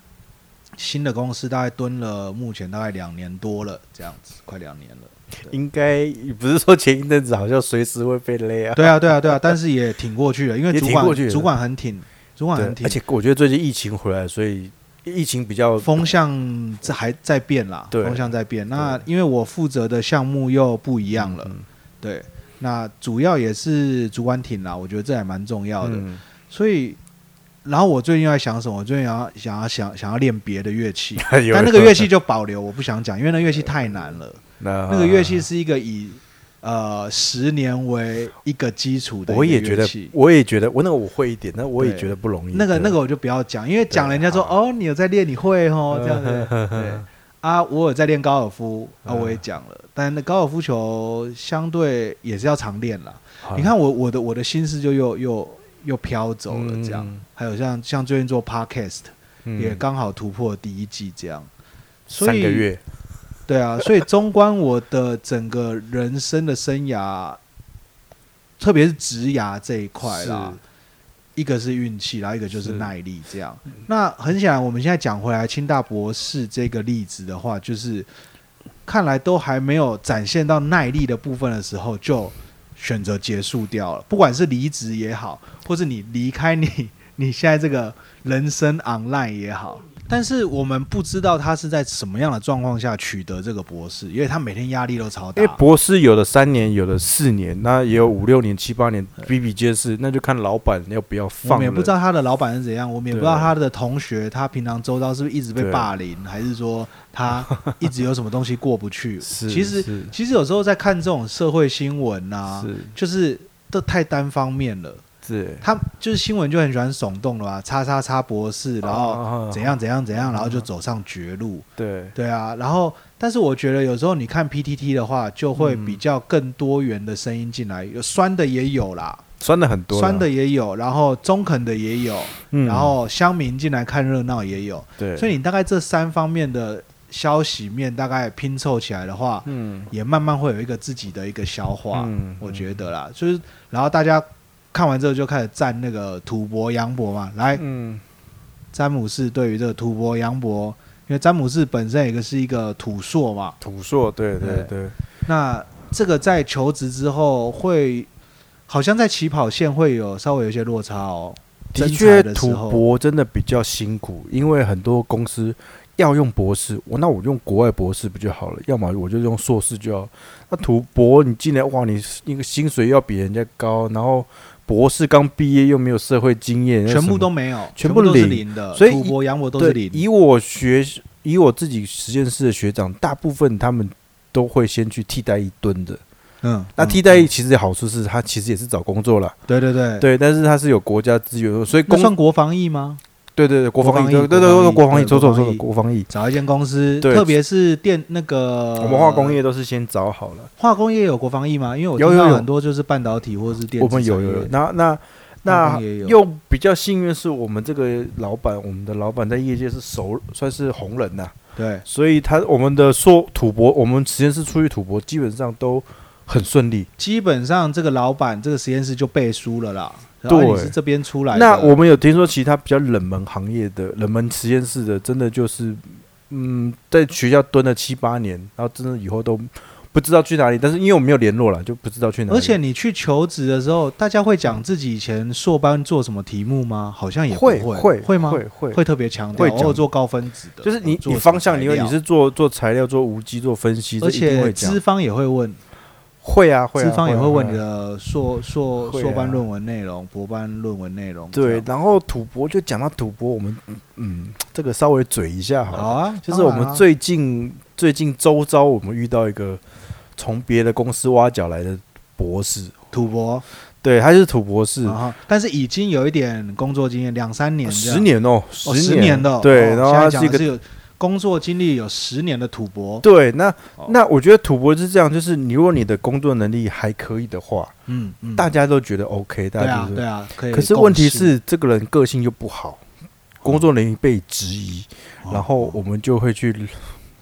[SPEAKER 1] 新的公司大概蹲了目前大概两年多了，这样子快两年了。
[SPEAKER 2] 应该不是说前一阵子好像随时会被勒啊，
[SPEAKER 1] 对啊，对啊，对啊，但是也挺过去了，因为
[SPEAKER 2] 也
[SPEAKER 1] 主
[SPEAKER 2] 挺
[SPEAKER 1] 管
[SPEAKER 2] 过去了
[SPEAKER 1] 主管很挺，主管
[SPEAKER 2] 对
[SPEAKER 1] 很挺
[SPEAKER 2] 而，且我觉得最近疫情回来，所以疫情比较
[SPEAKER 1] 风向这还在变啦，
[SPEAKER 2] 对
[SPEAKER 1] 风向在变。那因为我负责的项目又不一样了，
[SPEAKER 2] 嗯
[SPEAKER 1] 对。那主要也是主管挺啦，我觉得这还蛮重要的。
[SPEAKER 2] 嗯，
[SPEAKER 1] 所以，然后我最近在想什么？我最近想要想要想想要练别的乐 器，
[SPEAKER 2] 有
[SPEAKER 1] 但那个乐器就保留，我不想讲，因为那乐器太难了。
[SPEAKER 2] 那
[SPEAKER 1] 那个乐器是一个以呃十年为一个基础的一个
[SPEAKER 2] 我也觉
[SPEAKER 1] 乐
[SPEAKER 2] 得
[SPEAKER 1] 器，
[SPEAKER 2] 我也觉得我那个我会一点，但我也觉得不容易。
[SPEAKER 1] 那个
[SPEAKER 2] 对
[SPEAKER 1] 那个我就不要讲，因为讲
[SPEAKER 2] 对啊
[SPEAKER 1] 人家说
[SPEAKER 2] 好
[SPEAKER 1] 哦，你有在练，你会 哦这样子。对啊，我有在练高尔夫啊，
[SPEAKER 2] 嗯
[SPEAKER 1] 我也讲了，但那高尔夫球相对也是要常练啦。
[SPEAKER 2] 好
[SPEAKER 1] 你看我我的我的心思就又又又飘走了这样。
[SPEAKER 2] 嗯
[SPEAKER 1] 还有像像最近做 podcast
[SPEAKER 2] 嗯
[SPEAKER 1] 也刚好突破第一季这样，所
[SPEAKER 2] 三
[SPEAKER 1] 以
[SPEAKER 2] 个月，
[SPEAKER 1] 对啊，所以纵观我的整个人生的生涯，特别是职涯这一块啦
[SPEAKER 2] 是，
[SPEAKER 1] 一个是运气，然后一个就是
[SPEAKER 2] 是
[SPEAKER 1] 耐力这样。那很显然，我们现在讲回来清大博士这个例子的话，就是看来都还没有展现到耐力的部分的时候，就选择结束掉了。不管是离职也好，或是你离开你 你现在这个人生 online 也好。但是我们不知道他是在什么样的状况下取得这个博士，因为他每天压力都超大
[SPEAKER 2] 因为。哎博士有的三年，有的四年，那也有五六年、七八年，比比皆是。那就看老板要不要
[SPEAKER 1] 我
[SPEAKER 2] 放
[SPEAKER 1] 们也
[SPEAKER 2] 人。
[SPEAKER 1] 不知道他的老板是怎样，我们也不
[SPEAKER 2] 对
[SPEAKER 1] 知道他的同学，他平常周遭是不是一直被
[SPEAKER 2] 对
[SPEAKER 1] 霸凌，还是说他一直有什么东西过不去？
[SPEAKER 2] 是，
[SPEAKER 1] 其实
[SPEAKER 2] 是
[SPEAKER 1] 其实有时候在看这种社会新闻啊，
[SPEAKER 2] 是
[SPEAKER 1] 就是都太单方面了。
[SPEAKER 2] 是，
[SPEAKER 1] 他就是新闻就很喜欢耸动了吧？叉叉叉博士，然后
[SPEAKER 2] 后
[SPEAKER 1] 怎样怎样怎样，然后
[SPEAKER 2] 嗯
[SPEAKER 1] 就走上绝路。
[SPEAKER 2] 啊对
[SPEAKER 1] 对啊，然后但是我觉得有时候你看 PTT 的话，就会比
[SPEAKER 2] 嗯
[SPEAKER 1] 较更多元的声音进来，有酸的也有啦，
[SPEAKER 2] 酸的很多啦，
[SPEAKER 1] 酸的也有，然后中肯的也有，
[SPEAKER 2] 啊嗯，
[SPEAKER 1] 然后乡民进来看热闹也有，
[SPEAKER 2] 对，
[SPEAKER 1] 所以你大概这三方面的消息面大概拼凑起来的话，
[SPEAKER 2] 嗯
[SPEAKER 1] 也慢慢会有一个自己的一个消化，
[SPEAKER 2] 嗯
[SPEAKER 1] 我觉得啦，就是然后大家看完之后就开始赞那个吐蕃杨博嘛，来
[SPEAKER 2] 嗯
[SPEAKER 1] 詹姆士对于这个吐蕃杨博，因为詹姆士本身也个是一个土硕嘛，
[SPEAKER 2] 土硕，对对
[SPEAKER 1] 对
[SPEAKER 2] 对，
[SPEAKER 1] 那这个在求职之后会，好像在起跑线会有稍微有一些落差哦。
[SPEAKER 2] 的
[SPEAKER 1] 征
[SPEAKER 2] 确
[SPEAKER 1] 才的时
[SPEAKER 2] 土
[SPEAKER 1] 候
[SPEAKER 2] 博真的比较辛苦，因为很多公司要用博士，我那我用国外博士不就好了？要么我就用硕士就好。那土博你进来哇，你那个薪水要比人家高，然后博士刚毕业又没有社会经验，那
[SPEAKER 1] 全
[SPEAKER 2] 什
[SPEAKER 1] 部
[SPEAKER 2] 么
[SPEAKER 1] 都没有，
[SPEAKER 2] 全
[SPEAKER 1] 全
[SPEAKER 2] 部
[SPEAKER 1] 都是
[SPEAKER 2] 零
[SPEAKER 1] 零的，
[SPEAKER 2] 所以
[SPEAKER 1] 土
[SPEAKER 2] 以
[SPEAKER 1] 博、洋博都
[SPEAKER 2] 对
[SPEAKER 1] 是零。
[SPEAKER 2] 以我学以我自己实验室的学长，大部分他们都会先去替代一吨的。
[SPEAKER 1] 嗯，
[SPEAKER 2] 那
[SPEAKER 1] 嗯
[SPEAKER 2] 替代役其实好处是，他其实也是找工作了，
[SPEAKER 1] 对对对，
[SPEAKER 2] 对，但是他是有国家资源的，所以
[SPEAKER 1] 那
[SPEAKER 2] 公
[SPEAKER 1] 算国防役吗？
[SPEAKER 2] 对对对国
[SPEAKER 1] 国
[SPEAKER 2] 防役，
[SPEAKER 1] 防
[SPEAKER 2] 对
[SPEAKER 1] 役
[SPEAKER 2] 对对对
[SPEAKER 1] 国
[SPEAKER 2] 国
[SPEAKER 1] 防
[SPEAKER 2] 防
[SPEAKER 1] 役
[SPEAKER 2] 役，走走
[SPEAKER 1] 国防
[SPEAKER 2] 走
[SPEAKER 1] 役
[SPEAKER 2] 走国防役，
[SPEAKER 1] 找一间公司，
[SPEAKER 2] 对
[SPEAKER 1] 特别是电那个
[SPEAKER 2] 我们化工业都是先找好了，
[SPEAKER 1] 化工业有国防役吗？因为我
[SPEAKER 2] 有
[SPEAKER 1] 听
[SPEAKER 2] 有
[SPEAKER 1] 到
[SPEAKER 2] 有
[SPEAKER 1] 很多就是半导体或是电
[SPEAKER 2] 我
[SPEAKER 1] 子产
[SPEAKER 2] 们
[SPEAKER 1] 业，
[SPEAKER 2] 有有有，那那
[SPEAKER 1] 化
[SPEAKER 2] 那
[SPEAKER 1] 工也有
[SPEAKER 2] 又比较幸运是我们这个老板，我们的老板在业界是熟，算是红人呐、
[SPEAKER 1] 对，
[SPEAKER 2] 所以他我们的硕土博，我们实验室出去土博基本上都很顺利。
[SPEAKER 1] 基本上这个老板这个实验室就背书了啦。然
[SPEAKER 2] 对
[SPEAKER 1] 后你是这边出来的，
[SPEAKER 2] 那我们有听说其他比较冷门行业的冷门实验室的，真的就是嗯，在学校蹲了七八年，然后真的以后都不知道去哪里，但是因为我没有联络了，就不知道去哪里。
[SPEAKER 1] 而且你去求职的时候，大家会讲自己以前硕班做什么题目吗？好像也不
[SPEAKER 2] 会
[SPEAKER 1] 会
[SPEAKER 2] 会
[SPEAKER 1] 吗？
[SPEAKER 2] 会会
[SPEAKER 1] 会特别强调，
[SPEAKER 2] 会讲
[SPEAKER 1] 哦，做高分子的，呃
[SPEAKER 2] 就是你
[SPEAKER 1] 做
[SPEAKER 2] 你
[SPEAKER 1] 什么
[SPEAKER 2] 方向，
[SPEAKER 1] 材
[SPEAKER 2] 你会
[SPEAKER 1] 料
[SPEAKER 2] 你是做做材料、做无机、做分析，这
[SPEAKER 1] 而
[SPEAKER 2] 一定
[SPEAKER 1] 且
[SPEAKER 2] 会讲
[SPEAKER 1] 资。方也会问，
[SPEAKER 2] 会啊会啊，
[SPEAKER 1] 资方也
[SPEAKER 2] 啊
[SPEAKER 1] 会问你。
[SPEAKER 2] 啊
[SPEAKER 1] 的硕硕
[SPEAKER 2] 会啊
[SPEAKER 1] 硕班论文内容、博班论文内容。这
[SPEAKER 2] 对
[SPEAKER 1] 样，
[SPEAKER 2] 然后土博就讲到土博，我们嗯，这个稍微嘴一下好了。
[SPEAKER 1] 好啊，
[SPEAKER 2] 就是我
[SPEAKER 1] 当然
[SPEAKER 2] 们
[SPEAKER 1] 啊
[SPEAKER 2] 最近最近周遭，我们遇到一个从别的公司挖角来的博士，
[SPEAKER 1] 土博，
[SPEAKER 2] 对，他就是土博士哦
[SPEAKER 1] 然，后啊但是已经有一点工作经验，两三年这样，
[SPEAKER 2] 十年哦，
[SPEAKER 1] 哦，
[SPEAKER 2] 十
[SPEAKER 1] 十年的，
[SPEAKER 2] 对，
[SPEAKER 1] 哦
[SPEAKER 2] 然后
[SPEAKER 1] 现在
[SPEAKER 2] 他
[SPEAKER 1] 讲
[SPEAKER 2] 是一
[SPEAKER 1] 的
[SPEAKER 2] 个
[SPEAKER 1] 是有工作经历有十年的土博，
[SPEAKER 2] 对，那
[SPEAKER 1] 哦
[SPEAKER 2] 那我觉得土博是这样，就是你如果你的工作能力还可以的话，
[SPEAKER 1] 嗯嗯，
[SPEAKER 2] 大家都觉得 OK，大
[SPEAKER 1] 对
[SPEAKER 2] 家
[SPEAKER 1] 啊
[SPEAKER 2] 就是
[SPEAKER 1] 对啊，可以共事。
[SPEAKER 2] 可是问题是，这个人个性又不好，工作能力被质疑，
[SPEAKER 1] 哦，
[SPEAKER 2] 然后我们就会去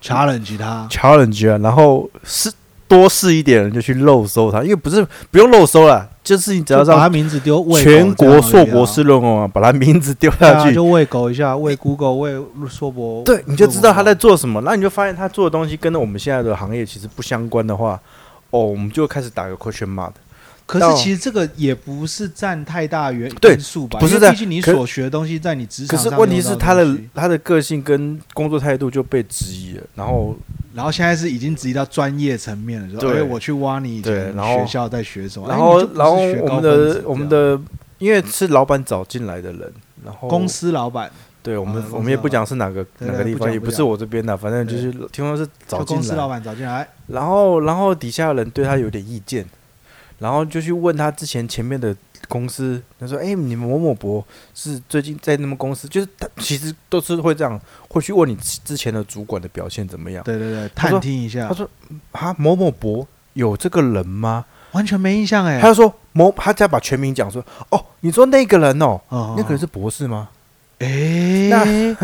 [SPEAKER 1] challenge 他，
[SPEAKER 2] challenge 啊，然后是多试一点人就去漏收他，因为不是不用漏收了，就是你只要
[SPEAKER 1] 就把他
[SPEAKER 2] 让
[SPEAKER 1] 名字丢喂狗
[SPEAKER 2] 全
[SPEAKER 1] 这
[SPEAKER 2] 国
[SPEAKER 1] 样而已啊
[SPEAKER 2] 硕博士论文啊，把他名字丢
[SPEAKER 1] 对
[SPEAKER 2] 下
[SPEAKER 1] 啊，
[SPEAKER 2] 去，
[SPEAKER 1] 就喂狗一下，喂 Google，喂硕博，
[SPEAKER 2] 对，你就知道他在
[SPEAKER 1] 喂狗
[SPEAKER 2] 做什么，那你就发现他做的东西跟我们现在的行业其实不相关的话，哦，我们就开始打个 question mark。
[SPEAKER 1] 可
[SPEAKER 2] 到
[SPEAKER 1] 是其实这个也不是占太大原
[SPEAKER 2] 对
[SPEAKER 1] 因素吧，
[SPEAKER 2] 不是
[SPEAKER 1] 因为
[SPEAKER 2] 在
[SPEAKER 1] 毕竟你
[SPEAKER 2] 可
[SPEAKER 1] 所学的东西在你职
[SPEAKER 2] 可
[SPEAKER 1] 场
[SPEAKER 2] 是
[SPEAKER 1] 上，
[SPEAKER 2] 问题是他的，他的个性跟工作态度就被质疑了，然后
[SPEAKER 1] 然后现在是已经直移到专业层面了，说
[SPEAKER 2] 对
[SPEAKER 1] 哎，我去挖你以
[SPEAKER 2] 对
[SPEAKER 1] 前
[SPEAKER 2] 然后
[SPEAKER 1] 学校在学什么，哎
[SPEAKER 2] 然
[SPEAKER 1] 你
[SPEAKER 2] 后
[SPEAKER 1] 就不是
[SPEAKER 2] 然后
[SPEAKER 1] 学
[SPEAKER 2] 我
[SPEAKER 1] 高
[SPEAKER 2] 们
[SPEAKER 1] 分子
[SPEAKER 2] 的我们的因为是老板找进来的人，然后
[SPEAKER 1] 这样公司老板，
[SPEAKER 2] 对我们
[SPEAKER 1] 啊
[SPEAKER 2] 我们也不讲是哪个
[SPEAKER 1] 对
[SPEAKER 2] 哪个
[SPEAKER 1] 对
[SPEAKER 2] 地
[SPEAKER 1] 不
[SPEAKER 2] 方，
[SPEAKER 1] 讲
[SPEAKER 2] 也
[SPEAKER 1] 不
[SPEAKER 2] 不是
[SPEAKER 1] 讲
[SPEAKER 2] 我这边的，反正就是听说是找
[SPEAKER 1] 就
[SPEAKER 2] 进
[SPEAKER 1] 公司
[SPEAKER 2] 来
[SPEAKER 1] 老，板找进来，
[SPEAKER 2] 然后然后底下人对他有点意见，然后就去问他之前前面的公司，他说：“哎、你们某某博是最近在那么公司，就是他其实都是会这样，会去问你之前的主管的表现怎么样。
[SPEAKER 1] 对对对，
[SPEAKER 2] 啊他说
[SPEAKER 1] 探听一下
[SPEAKER 2] 他，说：“啊，某某博有这个人吗？”
[SPEAKER 1] 完全没印象哎
[SPEAKER 2] 他，就说：“某他再把全名讲说，哦，你说那个人哦，
[SPEAKER 1] 哦
[SPEAKER 2] 那个人是博士吗？”
[SPEAKER 1] 哎，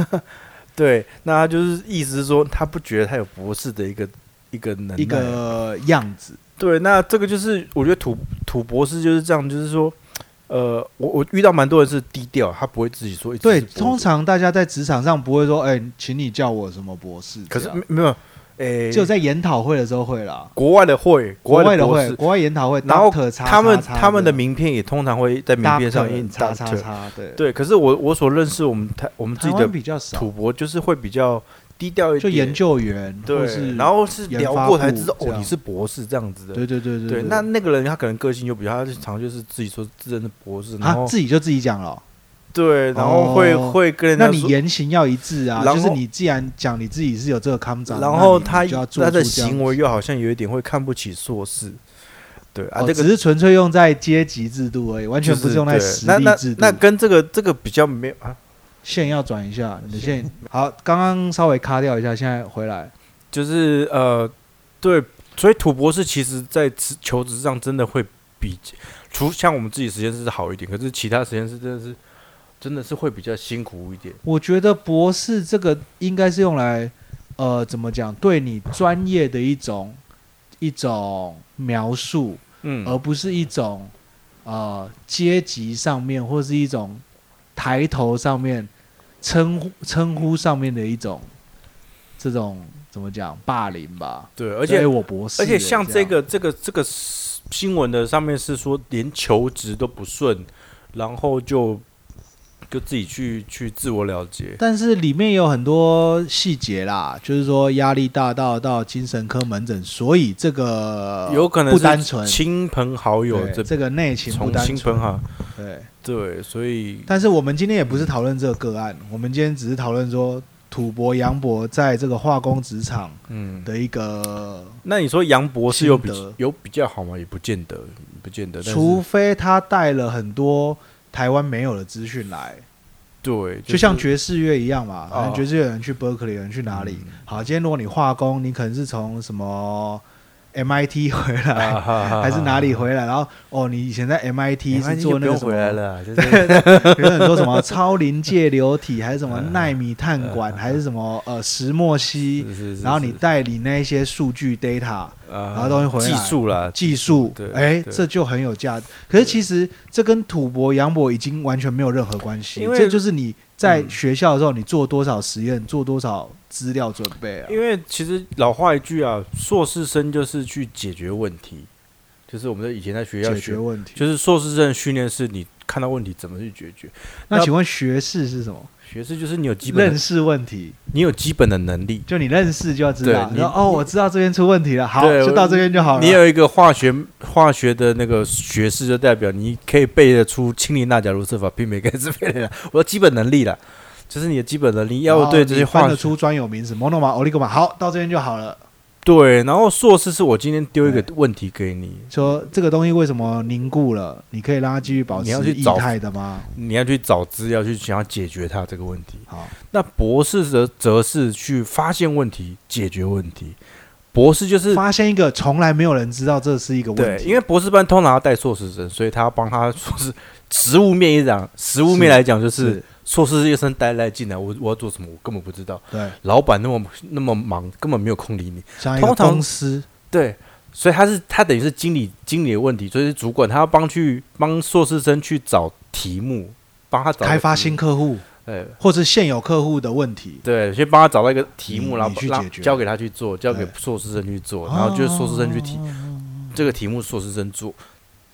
[SPEAKER 2] 对，那他就是意思是说，他不觉得他有博士的一个一个能耐。
[SPEAKER 1] 一个样子，
[SPEAKER 2] 对，那这个就是我觉得土土博士就是这样，就是说，呃，我我遇到蛮多人是低调，他不会自己说一直
[SPEAKER 1] 对，
[SPEAKER 2] 是博士
[SPEAKER 1] 通常大家在职场上不会说，哎，请你叫我什么博士，
[SPEAKER 2] 可是
[SPEAKER 1] 这样
[SPEAKER 2] 没没有，诶，
[SPEAKER 1] 只有在研讨会的时候会啦。
[SPEAKER 2] 国外的会，
[SPEAKER 1] 国
[SPEAKER 2] 外
[SPEAKER 1] 外的
[SPEAKER 2] 博
[SPEAKER 1] 会，
[SPEAKER 2] 士，
[SPEAKER 1] 国外研讨会，
[SPEAKER 2] 然后
[SPEAKER 1] Dr. 叉
[SPEAKER 2] 他们
[SPEAKER 1] 叉叉
[SPEAKER 2] 他们的名片也通常会在名片上
[SPEAKER 1] Dr.
[SPEAKER 2] 印
[SPEAKER 1] 叉叉
[SPEAKER 2] Doctor
[SPEAKER 1] 叉，对，
[SPEAKER 2] 对，可是我我所认识我们台我们
[SPEAKER 1] 台
[SPEAKER 2] 自己
[SPEAKER 1] 湾
[SPEAKER 2] 的
[SPEAKER 1] 比较少，
[SPEAKER 2] 土博就是会比较低调一点，
[SPEAKER 1] 就研究员，或
[SPEAKER 2] 对，
[SPEAKER 1] 是
[SPEAKER 2] 然后是
[SPEAKER 1] 研
[SPEAKER 2] 聊
[SPEAKER 1] 发
[SPEAKER 2] 过才
[SPEAKER 1] 部
[SPEAKER 2] 知道
[SPEAKER 1] 这
[SPEAKER 2] 哦，
[SPEAKER 1] 样
[SPEAKER 2] 你是博士这样子的。
[SPEAKER 1] 对对对对
[SPEAKER 2] 对，那那个人他可能个性就比较，他就常就是自己说自认的博士，然
[SPEAKER 1] 啊
[SPEAKER 2] 后
[SPEAKER 1] 自己就自己讲了哦，
[SPEAKER 2] 对，然后会、
[SPEAKER 1] 哦
[SPEAKER 2] 会跟人家
[SPEAKER 1] 那你
[SPEAKER 2] 说，
[SPEAKER 1] 言行要一致啊，
[SPEAKER 2] 然后
[SPEAKER 1] 就是你既然讲你自己是有这个康长，
[SPEAKER 2] 然
[SPEAKER 1] 那
[SPEAKER 2] 后
[SPEAKER 1] 你
[SPEAKER 2] 他
[SPEAKER 1] 你就要做
[SPEAKER 2] 他的
[SPEAKER 1] 出这样
[SPEAKER 2] 行
[SPEAKER 1] 子
[SPEAKER 2] 为又好像有一点会看不起硕士，对啊，
[SPEAKER 1] 哦
[SPEAKER 2] 这
[SPEAKER 1] 只
[SPEAKER 2] 个
[SPEAKER 1] 是纯粹用在阶级制度而已，完全
[SPEAKER 2] 就
[SPEAKER 1] 不是用在
[SPEAKER 2] 对
[SPEAKER 1] 实
[SPEAKER 2] 那
[SPEAKER 1] 力
[SPEAKER 2] 那
[SPEAKER 1] 制度
[SPEAKER 2] 那。跟这个这个比较没有啊，
[SPEAKER 1] 线要转一下，你的线好，刚刚稍微卡掉一下，现在回来。
[SPEAKER 2] 就是呃，对，所以土博士其实在职求职上真的会比，除像我们自己实验室是好一点，可是其他实验室真的是真的是会比较辛苦一点。
[SPEAKER 1] 我觉得博士这个应该是用来，呃，怎么讲，对你专业的一种一种描述，
[SPEAKER 2] 嗯
[SPEAKER 1] 而不是一种呃阶级上面或是一种抬头上面称呼称呼上面的一种这种怎么讲霸凌吧。
[SPEAKER 2] 对，而且
[SPEAKER 1] 对我博士欸，
[SPEAKER 2] 而且像
[SPEAKER 1] 这
[SPEAKER 2] 这
[SPEAKER 1] 样
[SPEAKER 2] 个这个这个新闻的上面是说，连求职都不顺，然后就就自己去去自我了结。
[SPEAKER 1] 但是里面有很多细节啦，就是说压力大到到精神科门诊，所以这个
[SPEAKER 2] 有可能
[SPEAKER 1] 不
[SPEAKER 2] 是
[SPEAKER 1] 单纯
[SPEAKER 2] 亲朋好友
[SPEAKER 1] 对
[SPEAKER 2] 这
[SPEAKER 1] 这个内情不
[SPEAKER 2] 从
[SPEAKER 1] 单
[SPEAKER 2] 亲
[SPEAKER 1] 纯
[SPEAKER 2] 朋。好
[SPEAKER 1] 对，
[SPEAKER 2] 对，所以
[SPEAKER 1] 但是我们今天也不是讨论这个个案，我们今天只是讨论说土伯杨伯在这个化工职场
[SPEAKER 2] 嗯，
[SPEAKER 1] 的一个，
[SPEAKER 2] 那你说杨博士有比
[SPEAKER 1] 心得
[SPEAKER 2] 有比较好吗？也不见得，不见得。但是
[SPEAKER 1] 除非他带了很多台湾没有的资讯来，
[SPEAKER 2] 对，
[SPEAKER 1] 就像
[SPEAKER 2] 是
[SPEAKER 1] 爵士乐一样嘛，
[SPEAKER 2] 哦嗯
[SPEAKER 1] 爵士乐有人去 Berkeley，有人去哪里？好，今天如果你化工，你可能是从什么 MIT 回来。
[SPEAKER 2] 啊哈哈
[SPEAKER 1] 还是哪里回来？然后哦，你以前在 MIT 是做那个什
[SPEAKER 2] 哎你就不用回来
[SPEAKER 1] 么？
[SPEAKER 2] 了啊，就是
[SPEAKER 1] 有很多什么超临界流 体，还是什么纳米碳管，还是什么呃石墨烯？
[SPEAKER 2] 嗯是是是
[SPEAKER 1] 然后你
[SPEAKER 2] 是
[SPEAKER 1] 代理那一些数据 data
[SPEAKER 2] 啊
[SPEAKER 1] 然后东西回来
[SPEAKER 2] 技术啦，
[SPEAKER 1] 技术
[SPEAKER 2] 对，
[SPEAKER 1] 哎，
[SPEAKER 2] 对
[SPEAKER 1] 这就很有价值。可是其实这跟土博、洋博已经完全没有任何关系，
[SPEAKER 2] 因为
[SPEAKER 1] 这就是你在
[SPEAKER 2] 嗯
[SPEAKER 1] 学校的时候，你做多少实验，做多少资料准备啊？
[SPEAKER 2] 因为其实老话一句啊，硕士生就是去解决问题，就是我们在以前在学校
[SPEAKER 1] 解决
[SPEAKER 2] 学，
[SPEAKER 1] 问题。
[SPEAKER 2] 就是硕士生的训练是你看到问题怎么去解决，
[SPEAKER 1] 那
[SPEAKER 2] 那
[SPEAKER 1] 请问学士是什么？
[SPEAKER 2] 学士就是你有基本
[SPEAKER 1] 认
[SPEAKER 2] 的
[SPEAKER 1] 识问题。
[SPEAKER 2] 你有基本的能力，
[SPEAKER 1] 就你认识就要知道
[SPEAKER 2] 对，你
[SPEAKER 1] 你说哦，我知道这边出问题了，好，
[SPEAKER 2] 对
[SPEAKER 1] 就到这边就好了。
[SPEAKER 2] 你有一个化学化学的那个学士，就代表你可以背得出氢磷钠钾卢瑟法媲美跟这边的， 我的基本能力啦，就是你的基本能力
[SPEAKER 1] 然后
[SPEAKER 2] 要对这些
[SPEAKER 1] 你翻
[SPEAKER 2] 化
[SPEAKER 1] 得
[SPEAKER 2] 学
[SPEAKER 1] 出专有名词，monoma、oligoma，好，到这边就好了。
[SPEAKER 2] 对，然后硕士是我今天丢一个问题给你，
[SPEAKER 1] 说这个东西为什么凝固了？你可以让它继续保持
[SPEAKER 2] 你要去
[SPEAKER 1] 液
[SPEAKER 2] 找
[SPEAKER 1] 态的吗？
[SPEAKER 2] 你要去找资料去想要解决它这个问题。
[SPEAKER 1] 好，
[SPEAKER 2] 那博士则则是去发现问题、解决问题。博士就是
[SPEAKER 1] 发现一个从来没有人知道这是一个问
[SPEAKER 2] 对，
[SPEAKER 1] 题，
[SPEAKER 2] 因为博士班通常要带硕士生，所以他要帮他硕士实物面一讲，实物面来讲就是硕士医生带来进来，我我要做什么，我根本不知道。
[SPEAKER 1] 对，
[SPEAKER 2] 老板那么那么忙，根本没有空理你。
[SPEAKER 1] 像一个
[SPEAKER 2] 通常
[SPEAKER 1] 公司
[SPEAKER 2] 对，所以他是他等于是经理经理的问题，所以是主管他要帮去帮硕士生去找题目，帮他找嗯
[SPEAKER 1] 开发
[SPEAKER 2] 题目
[SPEAKER 1] 新客户
[SPEAKER 2] 对。
[SPEAKER 1] 或是现有客户的问题，
[SPEAKER 2] 对，去帮他找到一个题目，
[SPEAKER 1] 你
[SPEAKER 2] 然
[SPEAKER 1] 你
[SPEAKER 2] 后
[SPEAKER 1] 去
[SPEAKER 2] 让
[SPEAKER 1] 解决
[SPEAKER 2] 交给他去做，交给
[SPEAKER 1] 对哦
[SPEAKER 2] 硕士生去做，然后就是硕士生去提这个题目，硕士生做。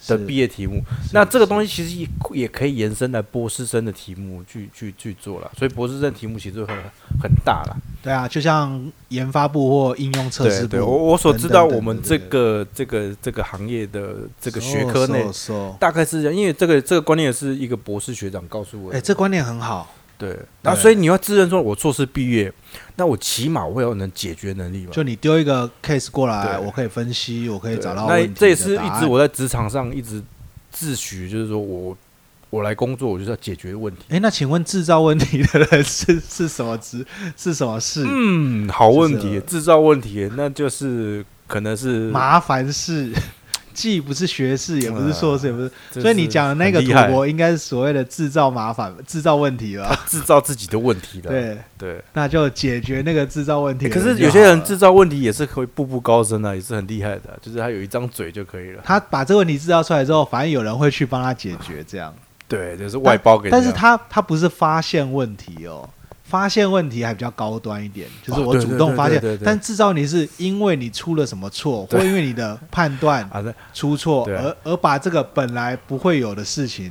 [SPEAKER 2] 的
[SPEAKER 1] 是
[SPEAKER 2] 毕业题目。
[SPEAKER 1] 是
[SPEAKER 2] 那这个东
[SPEAKER 1] 是
[SPEAKER 2] 西其实也也可以延伸来博士生的题目去去去做了，所以博士生题目其实很很大啦。
[SPEAKER 1] 对啊，就像研发部或应用测试
[SPEAKER 2] 对
[SPEAKER 1] 部，
[SPEAKER 2] 对，我我所
[SPEAKER 1] 等
[SPEAKER 2] 知
[SPEAKER 1] 等
[SPEAKER 2] 道
[SPEAKER 1] 等
[SPEAKER 2] 我们
[SPEAKER 1] 等
[SPEAKER 2] 这
[SPEAKER 1] 对哦
[SPEAKER 2] 个这个这个行业的这个学科内
[SPEAKER 1] 嗖，嗖嗖
[SPEAKER 2] 大概是这样，因为这个这个观念是一个博士学长告诉我
[SPEAKER 1] 哎、
[SPEAKER 2] 的。
[SPEAKER 1] 这观念很好，
[SPEAKER 2] 对，然后所以你要自认说，我硕士毕业，那我起码我要能解决能力吧。
[SPEAKER 1] 就你丢一个 case 过来，
[SPEAKER 2] 对
[SPEAKER 1] 我可以分析，我可以
[SPEAKER 2] 对
[SPEAKER 1] 找到
[SPEAKER 2] 那
[SPEAKER 1] 问题
[SPEAKER 2] 这也
[SPEAKER 1] 的
[SPEAKER 2] 是
[SPEAKER 1] 答
[SPEAKER 2] 一直
[SPEAKER 1] 案
[SPEAKER 2] 我在职场上一直自诩，就是说我我来工作，我就是要解决问题。
[SPEAKER 1] 哎、那请问制造问题的人是是什么职？是什么事？
[SPEAKER 2] 嗯，好问
[SPEAKER 1] 就
[SPEAKER 2] 题，
[SPEAKER 1] 是
[SPEAKER 2] 制造问题，那就是可能是，
[SPEAKER 1] 麻烦事， 既不是学士，也不是硕士，也不是。
[SPEAKER 2] 嗯就是
[SPEAKER 1] 所以你讲的那个
[SPEAKER 2] 很
[SPEAKER 1] 赌
[SPEAKER 2] 厉害
[SPEAKER 1] 博，应该是所谓的制造麻烦、制造问题吧？
[SPEAKER 2] 制造自己的问题的。
[SPEAKER 1] 对，
[SPEAKER 2] 对。
[SPEAKER 1] 那就解决那个制造问题的
[SPEAKER 2] 可
[SPEAKER 1] 就好了、
[SPEAKER 2] 是有些人制造问题也是可以步步高升啊，也是很厉害的啊，就是他有一张嘴就可以了。
[SPEAKER 1] 他把这个问题制造出来之后，反正有人会去帮他解决，这样。
[SPEAKER 2] 对，就是外包给人家。啊
[SPEAKER 1] 但是他他不是发现问题哦，发现问题还比较高端一点，就是
[SPEAKER 2] 哦
[SPEAKER 1] 我
[SPEAKER 2] 对
[SPEAKER 1] 主
[SPEAKER 2] 对
[SPEAKER 1] 动
[SPEAKER 2] 对
[SPEAKER 1] 发
[SPEAKER 2] 对
[SPEAKER 1] 现
[SPEAKER 2] 对。对
[SPEAKER 1] 但制造问题是因为你出了什么错，或
[SPEAKER 2] 对
[SPEAKER 1] 因为你的判断
[SPEAKER 2] 啊，那
[SPEAKER 1] 出错，
[SPEAKER 2] 对
[SPEAKER 1] 而而把这个本来不会有的事情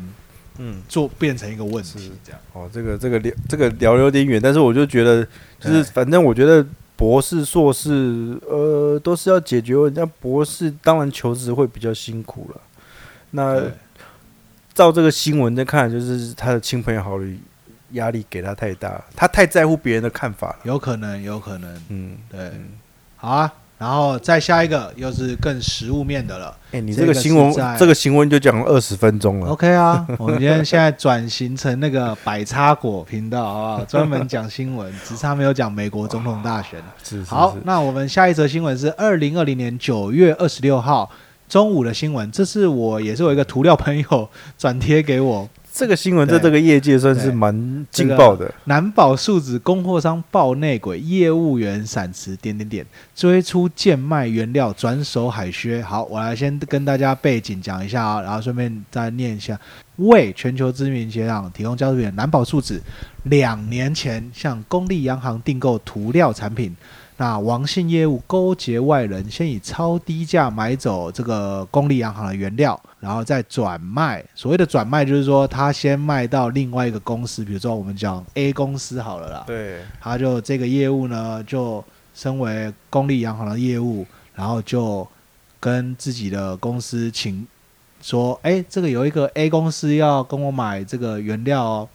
[SPEAKER 2] 嗯，
[SPEAKER 1] 做变成一个问题
[SPEAKER 2] 是，
[SPEAKER 1] 这样。
[SPEAKER 2] 哦，这个这个聊这个聊有点远，但是我就觉得，就是反正我觉得博士、硕士，呃，都是要解决问题。那博士当然求职会比较辛苦了。那
[SPEAKER 1] 对
[SPEAKER 2] 照这个新闻在看，就是他的亲朋好友压力给他太大，他太在乎别人的看法了。
[SPEAKER 1] 有可能，有可能，
[SPEAKER 2] 嗯，
[SPEAKER 1] 对
[SPEAKER 2] 嗯，
[SPEAKER 1] 好啊。然后再下一个又是更实物面的了。
[SPEAKER 2] 哎、你
[SPEAKER 1] 这
[SPEAKER 2] 这个
[SPEAKER 1] 个
[SPEAKER 2] 新
[SPEAKER 1] 是
[SPEAKER 2] 闻
[SPEAKER 1] 在，
[SPEAKER 2] 这个新闻就讲了二十分钟了。
[SPEAKER 1] OK 啊，我们今天现在转型成那个百叉果频道，好不 好？专门讲新闻，只差没有讲美国总统大选。
[SPEAKER 2] 是是
[SPEAKER 1] 好
[SPEAKER 2] 是，
[SPEAKER 1] 那我们下一则新闻是二零二零年九月二十六号中午的新闻，这是我也是我一个涂料朋友转贴给我，
[SPEAKER 2] 这个新闻在
[SPEAKER 1] 对
[SPEAKER 2] 这个业界算是
[SPEAKER 1] 对
[SPEAKER 2] 蛮
[SPEAKER 1] 这个
[SPEAKER 2] 劲爆的。
[SPEAKER 1] 南宝树脂供货商爆内鬼，业务员闪辞点点点，追出贱卖原料，转手海削。好，我来先跟大家背景讲一下啊，然后顺便再念一下。为全球知名鞋厂提供交易员南宝树脂，两年前向公立洋行订购涂料产品。那王姓业务勾结外人，先以超低价买走这个公立洋行的原料，然后再转卖。所谓的转卖，就是说他先卖到另外一个公司，比如说我们讲 A 公司好了啦，
[SPEAKER 2] 对，
[SPEAKER 1] 他就这个业务呢，就身为公立洋行的业务，然后就跟自己的公司请说，哎，这个有一个 A 公司要跟我买这个原料哦。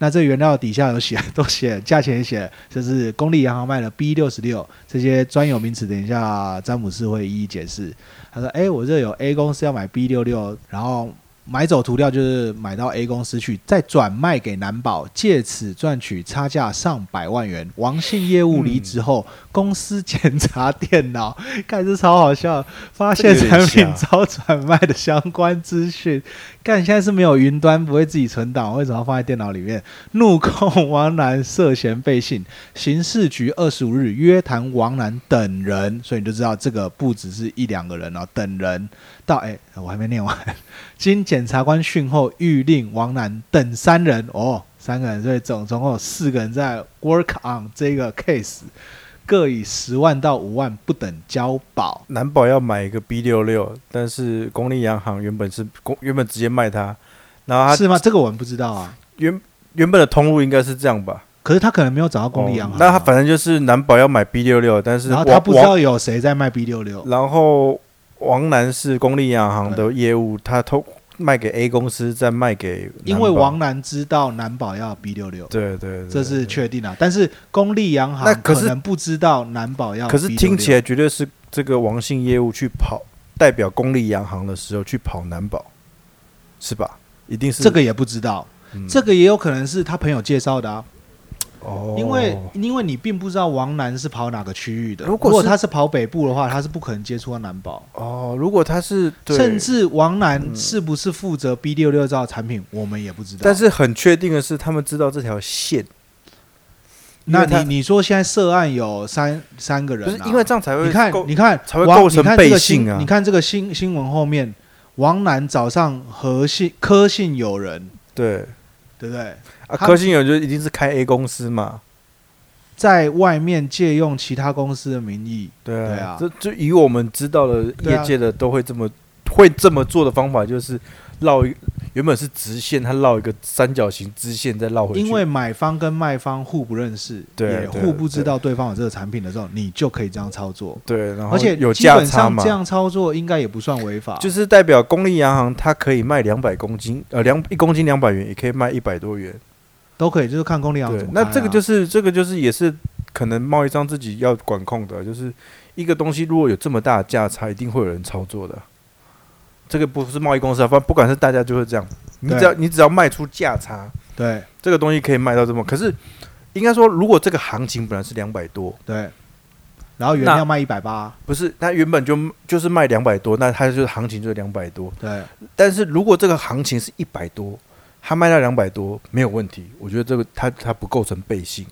[SPEAKER 1] 那这个原料底下有写，都写价钱也写，就是公立洋行卖的 B 六十六这些专有名词，等一下詹姆斯会一一解释。他说：“哎，我这有 A 公司要买 B 六六，然后买走涂料就是买到 A 公司去，再转卖给南宝，借此赚取差价上百万元。王姓业务离职后，公司检查电脑，看这超好笑，发现
[SPEAKER 2] 这个有
[SPEAKER 1] 产
[SPEAKER 2] 点
[SPEAKER 1] 品
[SPEAKER 2] 像
[SPEAKER 1] 遭转卖的相关资讯。干，现在是没有云端，不会自己存档，为什么要放在电脑里面？怒控 王楠涉嫌背信，刑事局二十五日约谈王楠等人，所以你就知道这个不只是一两个人哦，等人到哎、我还没念完。 经检察官讯后，谕令王楠等三人哦，三个人，所以总总共有四个人在 work on 这个 case，各以十万到五万不等交保。
[SPEAKER 2] 南宝要买一个 B 六六，但是公立洋行原本是公原本直接卖它，然后它
[SPEAKER 1] 是吗？这个我们不知道啊。
[SPEAKER 2] 原原本的通路应该是这样吧？
[SPEAKER 1] 可是他可能没有找到公立洋行、啊
[SPEAKER 2] 哦那他反正就是南宝要买 B 六六，但是
[SPEAKER 1] 然后
[SPEAKER 2] 王
[SPEAKER 1] 他不知，道有谁在卖 B 六六
[SPEAKER 2] 王，然后王楠是公立洋行的业务，他偷卖给 A 公司，再卖给南宝
[SPEAKER 1] 因为王楠知道南宝要 B 六六，
[SPEAKER 2] 对对对，
[SPEAKER 1] 这是
[SPEAKER 2] 对。
[SPEAKER 1] 确定的、但是公立洋
[SPEAKER 2] 那
[SPEAKER 1] 行
[SPEAKER 2] 可是
[SPEAKER 1] 能不知道南宝要 B66，
[SPEAKER 2] 可是听起来绝对是这个王姓业务去跑代表公立洋行的时候去跑南宝，是吧？一定是
[SPEAKER 1] 这个也不知道，
[SPEAKER 2] 嗯
[SPEAKER 1] 这个也有可能是他朋友介绍的啊，
[SPEAKER 2] 哦，
[SPEAKER 1] 因为因为你并不知道王楠是跑哪个区域的，
[SPEAKER 2] 如
[SPEAKER 1] 果
[SPEAKER 2] 果是
[SPEAKER 1] 他是跑北部的话，他是不可能接触到南宝。
[SPEAKER 2] 哦，如果他是对嗯
[SPEAKER 1] 甚，至王楠是不是负责 B 六六这套产品，我们也不知道。
[SPEAKER 2] 但是很确定的是，他们知道这条线。
[SPEAKER 1] 那
[SPEAKER 2] 因为他
[SPEAKER 1] 你你说现在涉案有三三个人、
[SPEAKER 2] 不
[SPEAKER 1] 啊，
[SPEAKER 2] 是因为这样才会
[SPEAKER 1] 你看
[SPEAKER 2] 够，
[SPEAKER 1] 你看，
[SPEAKER 2] 才会
[SPEAKER 1] 王
[SPEAKER 2] 构成
[SPEAKER 1] 你看这个
[SPEAKER 2] 背信
[SPEAKER 1] 新
[SPEAKER 2] 啊
[SPEAKER 1] 你看这个新新闻后面，王楠早上和信科信友人，
[SPEAKER 2] 对
[SPEAKER 1] 对不对？
[SPEAKER 2] 啊，
[SPEAKER 1] 他
[SPEAKER 2] 柯信友就一定是开 A 公司嘛，
[SPEAKER 1] 在外面借用其他公司的名义，
[SPEAKER 2] 对
[SPEAKER 1] 对啊
[SPEAKER 2] 啊，这就以我们知道的
[SPEAKER 1] 对啊
[SPEAKER 2] 业界的都会这么会这么做的方法就是绕一原本是直线，它绕一个三角形支线再绕回去。
[SPEAKER 1] 因为买方跟卖方互不认识，
[SPEAKER 2] 对
[SPEAKER 1] 也
[SPEAKER 2] 对
[SPEAKER 1] 互不知道对方有这个产品的时候，你就可以这样操作。
[SPEAKER 2] 对，然后
[SPEAKER 1] 而且
[SPEAKER 2] 有
[SPEAKER 1] 基
[SPEAKER 2] 价
[SPEAKER 1] 本
[SPEAKER 2] 差
[SPEAKER 1] 上
[SPEAKER 2] 嘛
[SPEAKER 1] 这，样操作应该也不算违法，
[SPEAKER 2] 就是代表公立洋行它可以卖两百公斤，呃，两一公斤两百元，也可以卖一百多元。
[SPEAKER 1] 都可以，就是看公立行
[SPEAKER 2] 对
[SPEAKER 1] 怎，么
[SPEAKER 2] 那
[SPEAKER 1] 开
[SPEAKER 2] 这个
[SPEAKER 1] 啊
[SPEAKER 2] 就是这个就是也是可能贸易商自己要管控的，啊就是一个东西如果有这么大的价差，一定会有人操作的。啊这个不是贸易公司啊，反正不管是大家就会这样，你
[SPEAKER 1] 对
[SPEAKER 2] 只要你只要卖出价差，
[SPEAKER 1] 对
[SPEAKER 2] 这个东西可以卖到这么。可是应该说，如果这个行情本来是两百多，
[SPEAKER 1] 对。然后原
[SPEAKER 2] 那
[SPEAKER 1] 料卖一百八，
[SPEAKER 2] 不是它原本就就是卖两百多，那它就是行情就是两百多。
[SPEAKER 1] 对
[SPEAKER 2] 但是如果这个行情是一百多，它卖到两百多没有问题，我觉得这个它它不构成背信，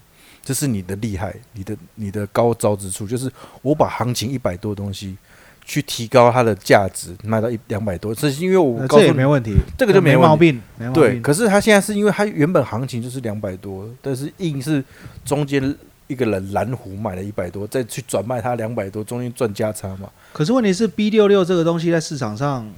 [SPEAKER 2] 这是你的厉害，你的你的高招之处，就是我把行情一百多的东西去提高它的价值，卖到一两百多，这是因为我
[SPEAKER 1] 那
[SPEAKER 2] 告
[SPEAKER 1] 呃这
[SPEAKER 2] 诉
[SPEAKER 1] 也
[SPEAKER 2] 你
[SPEAKER 1] 没问题，
[SPEAKER 2] 这个就
[SPEAKER 1] 没
[SPEAKER 2] 问
[SPEAKER 1] 毛
[SPEAKER 2] 题。
[SPEAKER 1] 病，没毛
[SPEAKER 2] 对，
[SPEAKER 1] 病。
[SPEAKER 2] 可是它现在是因为它原本行情就是两百多，但是硬是中间一个人蓝湖买了一百多，再去转卖它两百多，中间赚价差嘛，
[SPEAKER 1] 可是问题是 B 六六这个东西在市场上，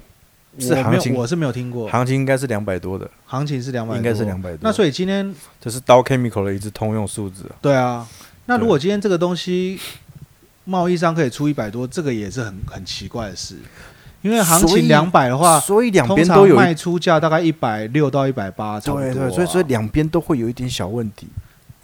[SPEAKER 2] 是
[SPEAKER 1] 我没
[SPEAKER 2] 行情
[SPEAKER 1] 有，我是没有听过，
[SPEAKER 2] 行情应该是两百多的，
[SPEAKER 1] 行情是两百，
[SPEAKER 2] 应该是两。百多。
[SPEAKER 1] 那所以今天
[SPEAKER 2] 这是刀 Chemical 的一支通用数字啊、
[SPEAKER 1] 对啊，那
[SPEAKER 2] 对
[SPEAKER 1] 如果今天这个东西贸易商可以出一百多，这个也是很很奇怪的事，因为行
[SPEAKER 2] 所以
[SPEAKER 1] 情两百的话，
[SPEAKER 2] 所以两
[SPEAKER 1] 通
[SPEAKER 2] 边
[SPEAKER 1] 常
[SPEAKER 2] 都有
[SPEAKER 1] 卖
[SPEAKER 2] 一
[SPEAKER 1] 出价大概一百六到一百八，差不多啊、
[SPEAKER 2] 对对，所以所以两边都会有一点小问题，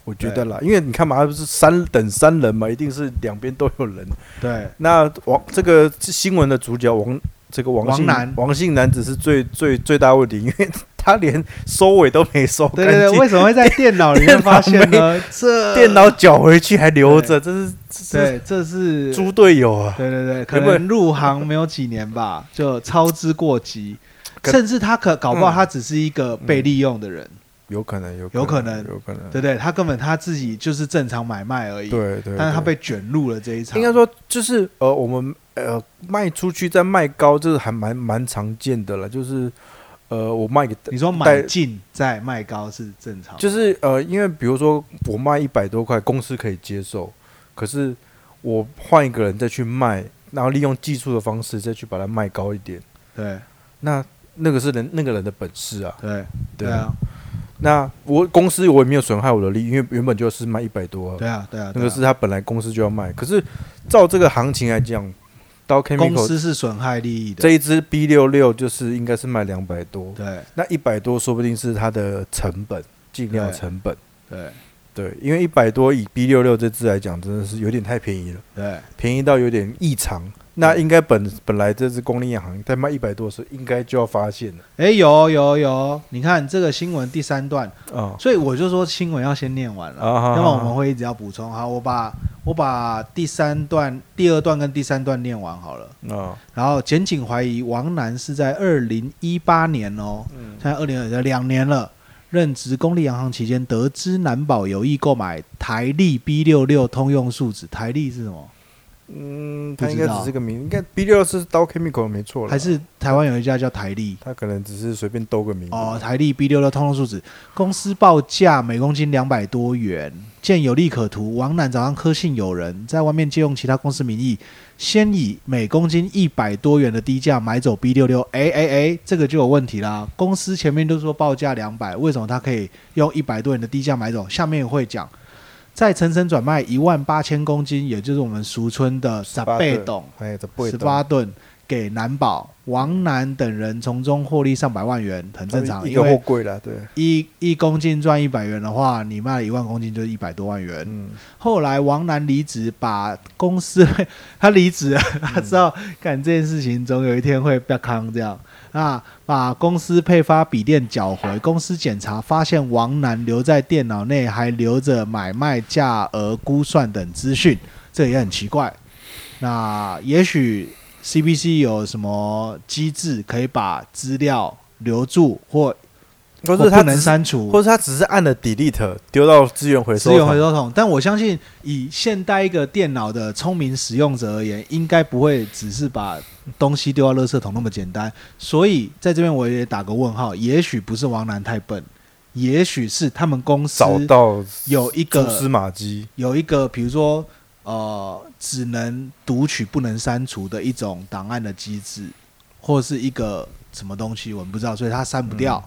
[SPEAKER 2] 我觉得啦，因为你看嘛，它不是三等三人嘛，一定是两边都有人。
[SPEAKER 1] 对
[SPEAKER 2] 那王这个新闻的主角王这个王
[SPEAKER 1] 王
[SPEAKER 2] 姓
[SPEAKER 1] 楠
[SPEAKER 2] 王姓男子是最最最大问题，因为他连收尾都没收干
[SPEAKER 1] 对
[SPEAKER 2] 净，
[SPEAKER 1] 对对，为什么会在电脑里面
[SPEAKER 2] 电脑
[SPEAKER 1] 发现呢？这
[SPEAKER 2] 电脑缴回去还留着，这是这
[SPEAKER 1] 对，这是
[SPEAKER 2] 是猪队友啊！
[SPEAKER 1] 对对对，可
[SPEAKER 2] 有没有
[SPEAKER 1] 能入行没有几年吧，就操之过急，
[SPEAKER 2] 可
[SPEAKER 1] 甚至他可搞不好
[SPEAKER 2] 嗯
[SPEAKER 1] 他只是一个被利用的人，
[SPEAKER 2] 有可能，有
[SPEAKER 1] 有可能
[SPEAKER 2] 能，有可能，
[SPEAKER 1] 对不对？他根本他自己就是正常买卖而已，
[SPEAKER 2] 对对，
[SPEAKER 1] 但是他
[SPEAKER 2] 对
[SPEAKER 1] 被卷入了这一场。
[SPEAKER 2] 应该说就是呃，我们呃卖出去再卖高，这个还蛮蛮常见的了。就是呃，我卖给
[SPEAKER 1] 你说买进再卖高是正常，
[SPEAKER 2] 就是呃，因为比如说我卖一百多块，公司可以接受，可是我换一个人再去卖，然后利用技术的方式再去把它卖高一点，
[SPEAKER 1] 对
[SPEAKER 2] 那那个是人那个人的本事啊，
[SPEAKER 1] 对
[SPEAKER 2] 对
[SPEAKER 1] 对啊，
[SPEAKER 2] 那我公司我也没有损害我的利益，因为原本就是卖一百多、啊，
[SPEAKER 1] 对啊，对啊，
[SPEAKER 2] 那
[SPEAKER 1] 对
[SPEAKER 2] 个
[SPEAKER 1] 啊
[SPEAKER 2] 是他本来公司就要卖，可是照这个行情来讲，到 Chemical
[SPEAKER 1] 公司是损害利益的
[SPEAKER 2] 这，一支 B 六六就是应该是卖两百多，
[SPEAKER 1] 对
[SPEAKER 2] 那一百多说不定是它的成本，进料
[SPEAKER 1] 对
[SPEAKER 2] 成本。
[SPEAKER 1] 对
[SPEAKER 2] 对，因为一百多以 B 六六这支来讲，真的是有点太便宜了，
[SPEAKER 1] 对
[SPEAKER 2] 便宜到有点异常。
[SPEAKER 1] 嗯
[SPEAKER 2] 那应该本本来这支公立银行在卖一百多的时候，应该就要发现了
[SPEAKER 1] 哎，有有有，你看这个新闻第三段，
[SPEAKER 2] 啊
[SPEAKER 1] 所以我就说新闻要先念完了，
[SPEAKER 2] 啊好
[SPEAKER 1] 要不然
[SPEAKER 2] 好
[SPEAKER 1] 我
[SPEAKER 2] 好
[SPEAKER 1] 们会一直要补充。好，我把我把第三段、第二段跟第三段念完好了。
[SPEAKER 2] 啊！
[SPEAKER 1] 然后检警怀疑王楠是在二零一八年哦，
[SPEAKER 2] 嗯
[SPEAKER 1] 现在二零二两年了，任职公立洋行期间，得知南宝有意购买台历 B 六六通用数值，台历是什么？
[SPEAKER 2] 嗯，
[SPEAKER 1] 不
[SPEAKER 2] 它
[SPEAKER 1] 知
[SPEAKER 2] 应
[SPEAKER 1] 道
[SPEAKER 2] 该只是个名，应该 B 六是刀 Chemical 没错了，
[SPEAKER 1] 还是台湾有一家叫台历？
[SPEAKER 2] 他可能只是随便兜个名字
[SPEAKER 1] 哦，台历 B 六六通用数值，公司报价每公斤两百多元。见有利可图，王楠找上科信友人，在外面借用其他公司名义，先以每公斤一百多元的低价买走 B 六六。哎哎哎，这个就有问题啦。公司前面都说报价两百，为什么他可以用一百多元的低价买走？下面会讲，再层层转卖一万八千公斤，也就是我们俗称的十
[SPEAKER 2] 八
[SPEAKER 1] 倍
[SPEAKER 2] 吨
[SPEAKER 1] 董。
[SPEAKER 2] 哎，这不会
[SPEAKER 1] 十
[SPEAKER 2] 懂
[SPEAKER 1] 八吨给南宝、王楠等人从中获利上百万元，很正常。
[SPEAKER 2] 一
[SPEAKER 1] 因
[SPEAKER 2] 个货
[SPEAKER 1] 为
[SPEAKER 2] 柜啦，对，
[SPEAKER 1] 一一公斤赚一百元的话，你卖了一万公斤就是一百多万元。
[SPEAKER 2] 嗯，
[SPEAKER 1] 后来王楠离职，把公司 他离职了，
[SPEAKER 2] 嗯
[SPEAKER 1] 他知道干这件事情总有一天会被康这样啊，把公司配发笔电缴回。公司检查发现王楠留在电脑内还留着买卖价额估算等资讯，这也很奇怪。那也许 CBC 有什么机制可以把资料留住或
[SPEAKER 2] 或
[SPEAKER 1] 或
[SPEAKER 2] 是他
[SPEAKER 1] 不
[SPEAKER 2] 只
[SPEAKER 1] 能
[SPEAKER 2] 是
[SPEAKER 1] 删除，
[SPEAKER 2] 或者他只是按了 delete 丢到资源回收
[SPEAKER 1] 资
[SPEAKER 2] 桶
[SPEAKER 1] 源回收桶，但我相信以现代一个电脑的聪明使用者而言，应该不会只是把东西丢到垃圾桶那么简单。所以在这边我也打个问号，也许不是王楠太笨，也许是他们公司
[SPEAKER 2] 找到
[SPEAKER 1] 有一
[SPEAKER 2] 蛛丝
[SPEAKER 1] 个
[SPEAKER 2] 马迹，
[SPEAKER 1] 有一个，比如说呃，只能读取不能删除的一种档案的机制，或是一个什么东西，我们不知道，所以它删不掉。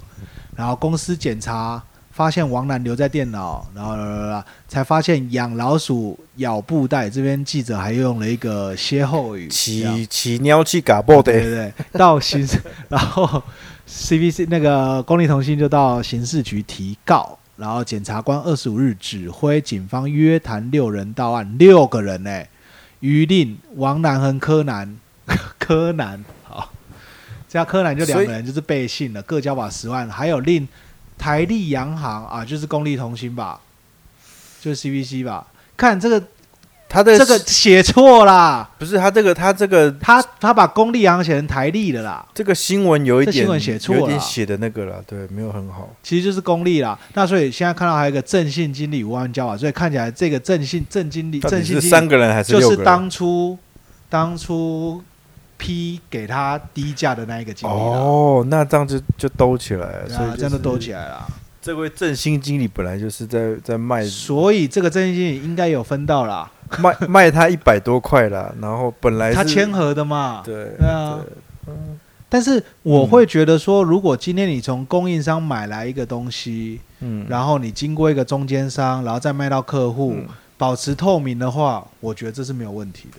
[SPEAKER 1] 然后公司检查发现王楠留在电脑，然后啦啦啦啦才发现养老鼠咬布袋。这边记者还用了一个歇后语，这样
[SPEAKER 2] 起起尿气嘎爆
[SPEAKER 1] 啊对
[SPEAKER 2] 的，
[SPEAKER 1] 对对，到刑事， 然后 CBC 那个公立同心就到刑事局提告，然后检察官二十五日指挥警方约谈六人到案，六个人呢、于令、王南和柯南、 柯南，好，这样柯南就两个人就是背信了，各交保十万，还有令台立洋行啊，就是公立同心吧，就是 CBC 吧，看这个
[SPEAKER 2] 他的
[SPEAKER 1] 这个写错啦，
[SPEAKER 2] 不是他这个他这个
[SPEAKER 1] 他他把公立洋行写成台立的啦。
[SPEAKER 2] 这个新闻有一
[SPEAKER 1] 这
[SPEAKER 2] 点
[SPEAKER 1] 新闻写错了
[SPEAKER 2] 有一点写的那个了，对，没有很好。
[SPEAKER 1] 其实就是公立啦。那所以现在看到还有一个正信经理五万交啊，所以看起来这个正信正经理
[SPEAKER 2] 到
[SPEAKER 1] 正
[SPEAKER 2] 底
[SPEAKER 1] 信
[SPEAKER 2] 是
[SPEAKER 1] 经
[SPEAKER 2] 三
[SPEAKER 1] 理
[SPEAKER 2] 个人还是
[SPEAKER 1] 就
[SPEAKER 2] 六个
[SPEAKER 1] 是
[SPEAKER 2] 人？
[SPEAKER 1] 当初当初批给他低价的那一个经理啦，
[SPEAKER 2] 哦，那这样就就兜起来了，
[SPEAKER 1] 对
[SPEAKER 2] 所以
[SPEAKER 1] 啊，这样就兜起
[SPEAKER 2] 来。
[SPEAKER 1] 来了。
[SPEAKER 2] 这位振兴经理本来就是在在卖
[SPEAKER 1] 所以这个正信经理应该有分到啦，
[SPEAKER 2] 卖卖他一百多块啦，然后本来是
[SPEAKER 1] 他签合的嘛。
[SPEAKER 2] 对
[SPEAKER 1] 对啊
[SPEAKER 2] 对
[SPEAKER 1] 但是我会觉得说，如果今天你从供应商买来一个东西，
[SPEAKER 2] 嗯，
[SPEAKER 1] 然后你经过一个中间商，然后再卖到客户，
[SPEAKER 2] 嗯
[SPEAKER 1] 保持透明的话，我觉得这是没有问题的。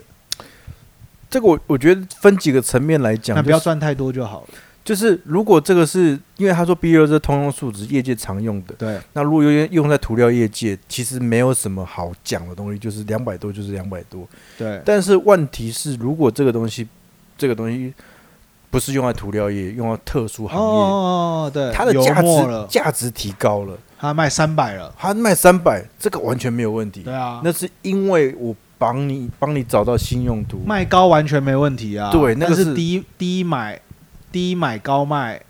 [SPEAKER 2] 这个我我觉得分几个层面来讲，
[SPEAKER 1] 那
[SPEAKER 2] 就是
[SPEAKER 1] 不要赚太多就好了。
[SPEAKER 2] 就是如果这个是因为他说 B 六这通用数值业界常用的，
[SPEAKER 1] 对，
[SPEAKER 2] 那如果用用在涂料业界，其实没有什么好讲的东西，就是两百多就是两百多。
[SPEAKER 1] 对，
[SPEAKER 2] 但是问题是，如果这个东西这个东西不是用在涂料业，用在特殊
[SPEAKER 1] 哦
[SPEAKER 2] 行业，
[SPEAKER 1] 哦哦，对，
[SPEAKER 2] 它的
[SPEAKER 1] 油
[SPEAKER 2] 价
[SPEAKER 1] 墨
[SPEAKER 2] 值
[SPEAKER 1] 了，
[SPEAKER 2] 价值提高了，
[SPEAKER 1] 他卖三百了，
[SPEAKER 2] 它卖三百，这个完全没有问题。
[SPEAKER 1] 对啊，
[SPEAKER 2] 那是因为我帮你帮你找到新用途，
[SPEAKER 1] 卖高完全没问题啊。
[SPEAKER 2] 对那
[SPEAKER 1] 但
[SPEAKER 2] 个是
[SPEAKER 1] 是低低买低买高卖，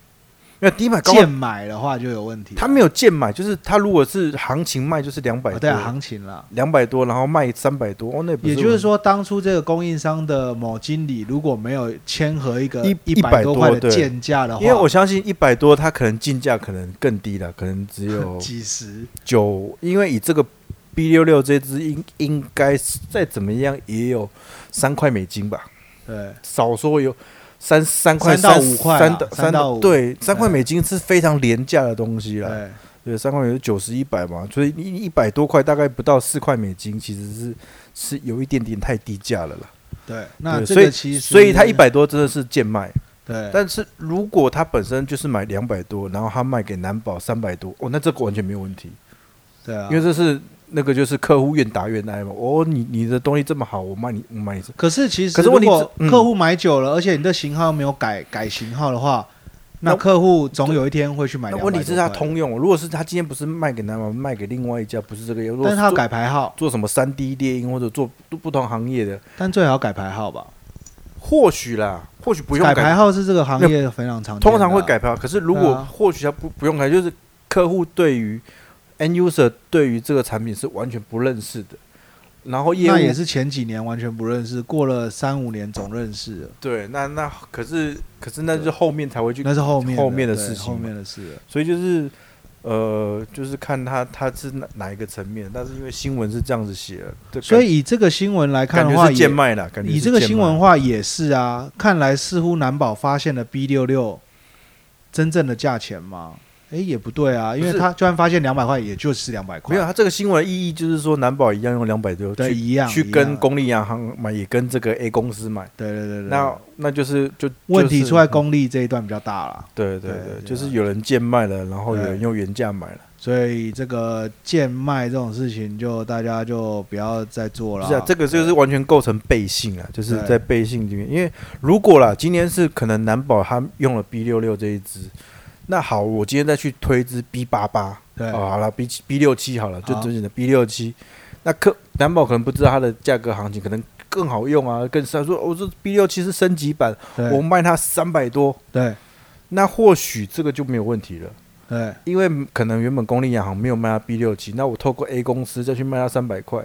[SPEAKER 2] 那低买高卖
[SPEAKER 1] 贱买的话就有问题啊。
[SPEAKER 2] 它没有贱买，就是它如果是行情卖就是两百
[SPEAKER 1] 哦
[SPEAKER 2] 多，
[SPEAKER 1] 对啊行情啦。
[SPEAKER 2] 两百多，然后卖三百多，哦，那不
[SPEAKER 1] 也
[SPEAKER 2] 是
[SPEAKER 1] 就是
[SPEAKER 2] 很
[SPEAKER 1] 说，当初这个供应商的某经理如果没有签合一个
[SPEAKER 2] 一
[SPEAKER 1] 一百多块
[SPEAKER 2] 100多
[SPEAKER 1] 的
[SPEAKER 2] 对
[SPEAKER 1] 贱价的话，
[SPEAKER 2] 因 为我相信一百多，它可能进价可能更低了，可能只 有
[SPEAKER 1] 几十，
[SPEAKER 2] 九，因为以这个 B 六六这只应应该是再怎么样也有三块美金吧，
[SPEAKER 1] 对
[SPEAKER 2] 少说有三三块
[SPEAKER 1] 三到五块啊
[SPEAKER 2] 三到
[SPEAKER 1] 三到五
[SPEAKER 2] 对，三块美金是非常廉价的东西啦，
[SPEAKER 1] 对，
[SPEAKER 2] 对，啊三块美金九十一百嘛，所以你一百多块大概不到四块美金，其实是是有一点点太低价了啦。
[SPEAKER 1] 对，那
[SPEAKER 2] 对
[SPEAKER 1] 这
[SPEAKER 2] 所以
[SPEAKER 1] 个其实
[SPEAKER 2] 所以它一百多真的是贱卖。
[SPEAKER 1] 对，
[SPEAKER 2] 但是如果他本身就是买两百多，然后他卖给南宝三百多，哦，那这个完全没有问题，
[SPEAKER 1] 对嗯啊
[SPEAKER 2] 因为这是那个就是客户愿打愿挨嘛。哦，你你的东西这么好，我卖你我卖你这，
[SPEAKER 1] 可是其实，
[SPEAKER 2] 可是问题是嗯
[SPEAKER 1] 客户买久了，而且你的型号没有改改型号的话，那
[SPEAKER 2] 那
[SPEAKER 1] 客户总有一天会去买
[SPEAKER 2] 那
[SPEAKER 1] 200
[SPEAKER 2] 问题是
[SPEAKER 1] 多
[SPEAKER 2] 他
[SPEAKER 1] 块的
[SPEAKER 2] 通用，哦如果是他今天不是卖给南宝，卖给另外一家，不是这个，
[SPEAKER 1] 但是他要
[SPEAKER 2] 做
[SPEAKER 1] 改牌号，
[SPEAKER 2] 做什么三 D 猎鹰或者做不同行业的，
[SPEAKER 1] 但最好改牌号吧。
[SPEAKER 2] 或许啦，或许不用
[SPEAKER 1] 改
[SPEAKER 2] 改，
[SPEAKER 1] 牌号是这个行业非常常见的啊
[SPEAKER 2] 通常会改票。可是如
[SPEAKER 1] 对
[SPEAKER 2] 果
[SPEAKER 1] 啊
[SPEAKER 2] 或许他不不用改，就是客户对于 end user 对于这个产品是完全不认识的。然后业务
[SPEAKER 1] 那也是前几年完全不认识，过了三五年总认识了，
[SPEAKER 2] 对，那那可是可是那是后面才会去，
[SPEAKER 1] 那是后面
[SPEAKER 2] 后面的
[SPEAKER 1] 对
[SPEAKER 2] 事情
[SPEAKER 1] 后
[SPEAKER 2] 嘛
[SPEAKER 1] 面的事了。
[SPEAKER 2] 所以就是呃，就是看他他是哪哪一个层面，但是因为新闻是这样子写的，对，
[SPEAKER 1] 所以以这个新闻来看
[SPEAKER 2] 感感
[SPEAKER 1] 的
[SPEAKER 2] 觉
[SPEAKER 1] 话，
[SPEAKER 2] 是
[SPEAKER 1] 也
[SPEAKER 2] 贱卖啦，感觉
[SPEAKER 1] 以
[SPEAKER 2] 是
[SPEAKER 1] 这个
[SPEAKER 2] 贱
[SPEAKER 1] 新
[SPEAKER 2] 卖
[SPEAKER 1] 闻话也是啊，看来似乎南宝发现了 B 六六真正的价钱吗？哎、也不对啊，因为
[SPEAKER 2] 不是
[SPEAKER 1] 他居然发现两百块，也就是两百
[SPEAKER 2] 没
[SPEAKER 1] 块
[SPEAKER 2] 有，，他这个新闻的意义就是说南宝一样用两百多
[SPEAKER 1] 对，
[SPEAKER 2] 去
[SPEAKER 1] 一样
[SPEAKER 2] 去
[SPEAKER 1] 一
[SPEAKER 2] 跟
[SPEAKER 1] 样
[SPEAKER 2] 公立银行买，也跟这个 A 公司买，
[SPEAKER 1] 对对对对，
[SPEAKER 2] 那那就是就
[SPEAKER 1] 问题
[SPEAKER 2] 就是嗯
[SPEAKER 1] 出在公立这一段比较大了，
[SPEAKER 2] 对
[SPEAKER 1] 对
[SPEAKER 2] 对对，
[SPEAKER 1] 对
[SPEAKER 2] 就是
[SPEAKER 1] 啊
[SPEAKER 2] 有人贱卖了，然后有
[SPEAKER 1] 对
[SPEAKER 2] 人用原价买了，
[SPEAKER 1] 所以这个贱卖这种事情就大家就不要再做
[SPEAKER 2] 不
[SPEAKER 1] 了。
[SPEAKER 2] 是啊，这个就是完全构成背信啊，就是
[SPEAKER 1] 对
[SPEAKER 2] 在背信里面，因为如果啦，今天是可能南宝他用了 B 六六这一支，那好，我今天再去推一支 B 八八，
[SPEAKER 1] 对
[SPEAKER 2] 哦，好了，B 七 B 六七好了，就
[SPEAKER 1] 好
[SPEAKER 2] 最近的 B 六七，那客南宝可能不知道它的价格行情，可能更好用啊，更上说，我、哦、这 B 六七是升级版，我
[SPEAKER 1] 对
[SPEAKER 2] 卖它三百多，
[SPEAKER 1] 对
[SPEAKER 2] 那或许这个就没有问题了。
[SPEAKER 1] 对
[SPEAKER 2] 因为可能原本公立银行没有卖它 B 六七，那我透过 A 公司再去卖它三百块，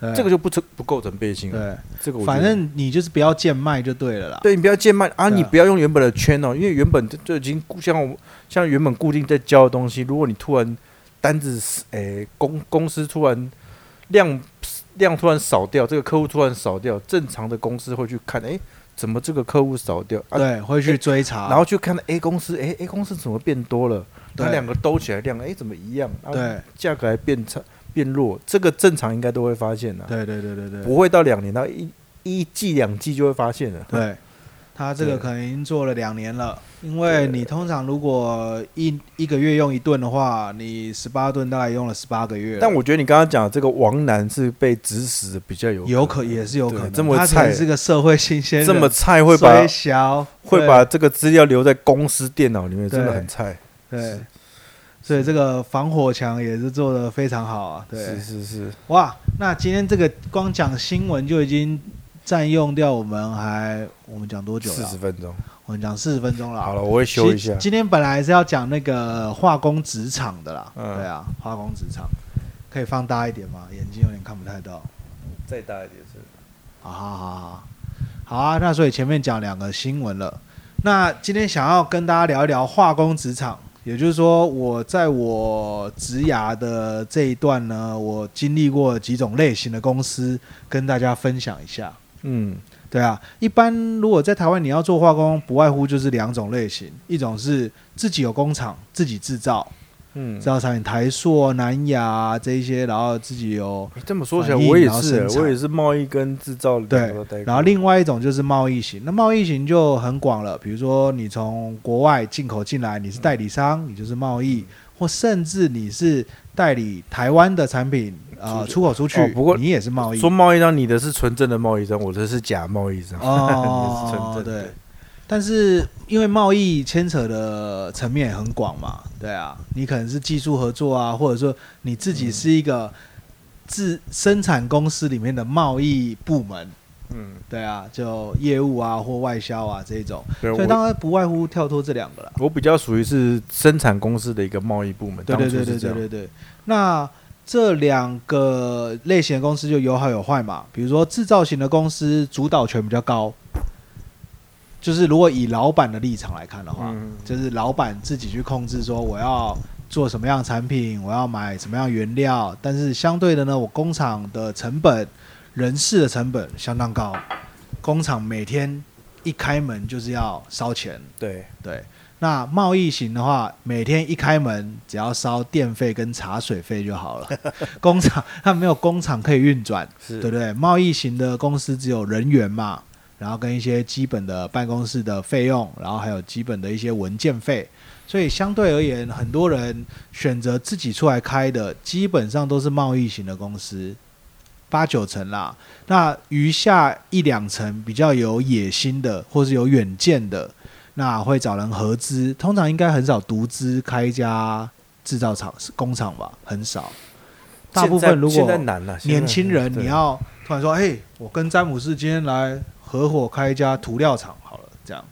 [SPEAKER 1] 对，
[SPEAKER 2] 这个就不成不构成背信了。
[SPEAKER 1] 对，
[SPEAKER 2] 这个我觉得
[SPEAKER 1] 反正你就是不要贱卖就对了啦。
[SPEAKER 2] 对你不要贱卖
[SPEAKER 1] 对
[SPEAKER 2] 啊，
[SPEAKER 1] 啊
[SPEAKER 2] 你不要用原本的圈哦，因为原本就就已经固像我像原本固定在交的东西，如果你突然单子是诶、公公司突然量量突然少掉，这个客户突然少掉，正常的公司会去看诶。怎么这个客户少掉啊？
[SPEAKER 1] 对，会去追查，
[SPEAKER 2] 然后去看 A 公司，哎，A 公司怎么变多了？
[SPEAKER 1] 对
[SPEAKER 2] 那两个兜起来量，哎，怎么一样？啊
[SPEAKER 1] 对，
[SPEAKER 2] 价格还变差变弱，这个正常应该都会发现的、啊
[SPEAKER 1] 对对对对对
[SPEAKER 2] 不会到两年到一一季两季就会发现了。
[SPEAKER 1] 对，他这个
[SPEAKER 2] 对
[SPEAKER 1] 可能已经做了两年了，因为你通常如果一一个月用一吨的话，你十八吨大概用了十八个月了，
[SPEAKER 2] 但我觉得你刚刚讲的这个王楠是被指使的比较有
[SPEAKER 1] 有
[SPEAKER 2] 可
[SPEAKER 1] 可也是有可能，
[SPEAKER 2] 对这么
[SPEAKER 1] 他可能
[SPEAKER 2] 菜
[SPEAKER 1] 是个社会新鲜人，
[SPEAKER 2] 这么菜会把
[SPEAKER 1] 衰小
[SPEAKER 2] 会把这个资料留在公司电脑里面，
[SPEAKER 1] 对
[SPEAKER 2] 真的很菜。
[SPEAKER 1] 对对
[SPEAKER 2] 是，
[SPEAKER 1] 所以这个防火墙也是做的非常好啊，对
[SPEAKER 2] 是，是是，
[SPEAKER 1] 哇，那今天这个光讲新闻就已经占用掉我们还我们讲多久
[SPEAKER 2] 四
[SPEAKER 1] 了
[SPEAKER 2] 十？分钟。
[SPEAKER 1] 我们讲四十分钟了啊。
[SPEAKER 2] 好了，我会
[SPEAKER 1] 其
[SPEAKER 2] 修一下。
[SPEAKER 1] 今天本来是要讲那个化工职场的啦，
[SPEAKER 2] 嗯
[SPEAKER 1] 对啊，化工职场可以放大一点吗？眼睛有点看不太到。
[SPEAKER 2] 再大一点是。
[SPEAKER 1] 好好好好，好啊。那所以前面讲两个新闻了，那今天想要跟大家聊一聊化工职场，也就是说我在我职涯的这一段呢，我经历过几种类型的公司，跟大家分享一下。
[SPEAKER 2] 嗯，
[SPEAKER 1] 对啊，一般如果在台湾你要做化工，不外乎就是两种类型，一种是自己有工厂自己制造，
[SPEAKER 2] 嗯
[SPEAKER 1] 制，造产品台塑、南亚这一些，然后自己有，
[SPEAKER 2] 哎这么说起来，
[SPEAKER 1] 反应
[SPEAKER 2] 我也
[SPEAKER 1] 然后
[SPEAKER 2] 是哎
[SPEAKER 1] 生，产
[SPEAKER 2] 我也是贸易跟制造两
[SPEAKER 1] 对
[SPEAKER 2] 个都待过。
[SPEAKER 1] 然后另外一种就是贸易型。那贸易型就很广了，比如说你从国外进口进来，你是代理商，你就是贸易，
[SPEAKER 2] 嗯
[SPEAKER 1] 或甚至你是代理台湾的产品，呃，
[SPEAKER 2] 出去
[SPEAKER 1] 出口出去，
[SPEAKER 2] 哦不过
[SPEAKER 1] 你也是贸易
[SPEAKER 2] 说。贸易商，你的是纯正的贸易商，我的是假贸易
[SPEAKER 1] 啊
[SPEAKER 2] 商。 也是纯
[SPEAKER 1] 哦，
[SPEAKER 2] 正的
[SPEAKER 1] 对。但是因为贸易牵扯的层面也很广嘛，对啊，你可能是技术合作啊，或者说你自己是一个自生产公司里面的贸易部门，
[SPEAKER 2] 嗯，
[SPEAKER 1] 对啊，就业务啊或外销啊这种，
[SPEAKER 2] 对，
[SPEAKER 1] 所以
[SPEAKER 2] 我
[SPEAKER 1] 当然不外乎跳脱这两个了。
[SPEAKER 2] 我比较属于是生产公司的一个贸易部门，
[SPEAKER 1] 对
[SPEAKER 2] 当
[SPEAKER 1] 对
[SPEAKER 2] 初
[SPEAKER 1] 对
[SPEAKER 2] 是
[SPEAKER 1] 对对
[SPEAKER 2] 这样。
[SPEAKER 1] 对对。那这两个类型的公司就有好有坏嘛。比如说制造型的公司主导权比较高，就是如果以老板的立场来看的话，
[SPEAKER 2] 嗯
[SPEAKER 1] 就是老板自己去控制说我要做什么样的产品，我要买什么样的原料，但是相对的呢，我工厂的成本、人事的成本相当高，工厂每天一开门就是要烧钱。
[SPEAKER 2] 对，
[SPEAKER 1] 对，那贸易型的话，每天一开门只要烧电费跟茶水费就好了。工厂 它没有工厂可以运转，
[SPEAKER 2] 是
[SPEAKER 1] 对不对？贸易型的公司只有人员嘛，然后跟一些基本的办公室的费用，然后还有基本的一些文件费。所以相对而言，很多人选择自己出来开的，基本上都是贸易型的公司，八九成啦。那余下一两成比较有野心的，或是有远见的，那会找人合资，通常应该很少独资开一家制造厂工厂吧，很少。大部
[SPEAKER 2] 现在
[SPEAKER 1] 分如
[SPEAKER 2] 现
[SPEAKER 1] 果
[SPEAKER 2] 在难了，现在
[SPEAKER 1] 年轻人
[SPEAKER 2] 对
[SPEAKER 1] 你要突然说，嘿，我跟詹姆斯今天来合伙开一家涂料厂好了，这样，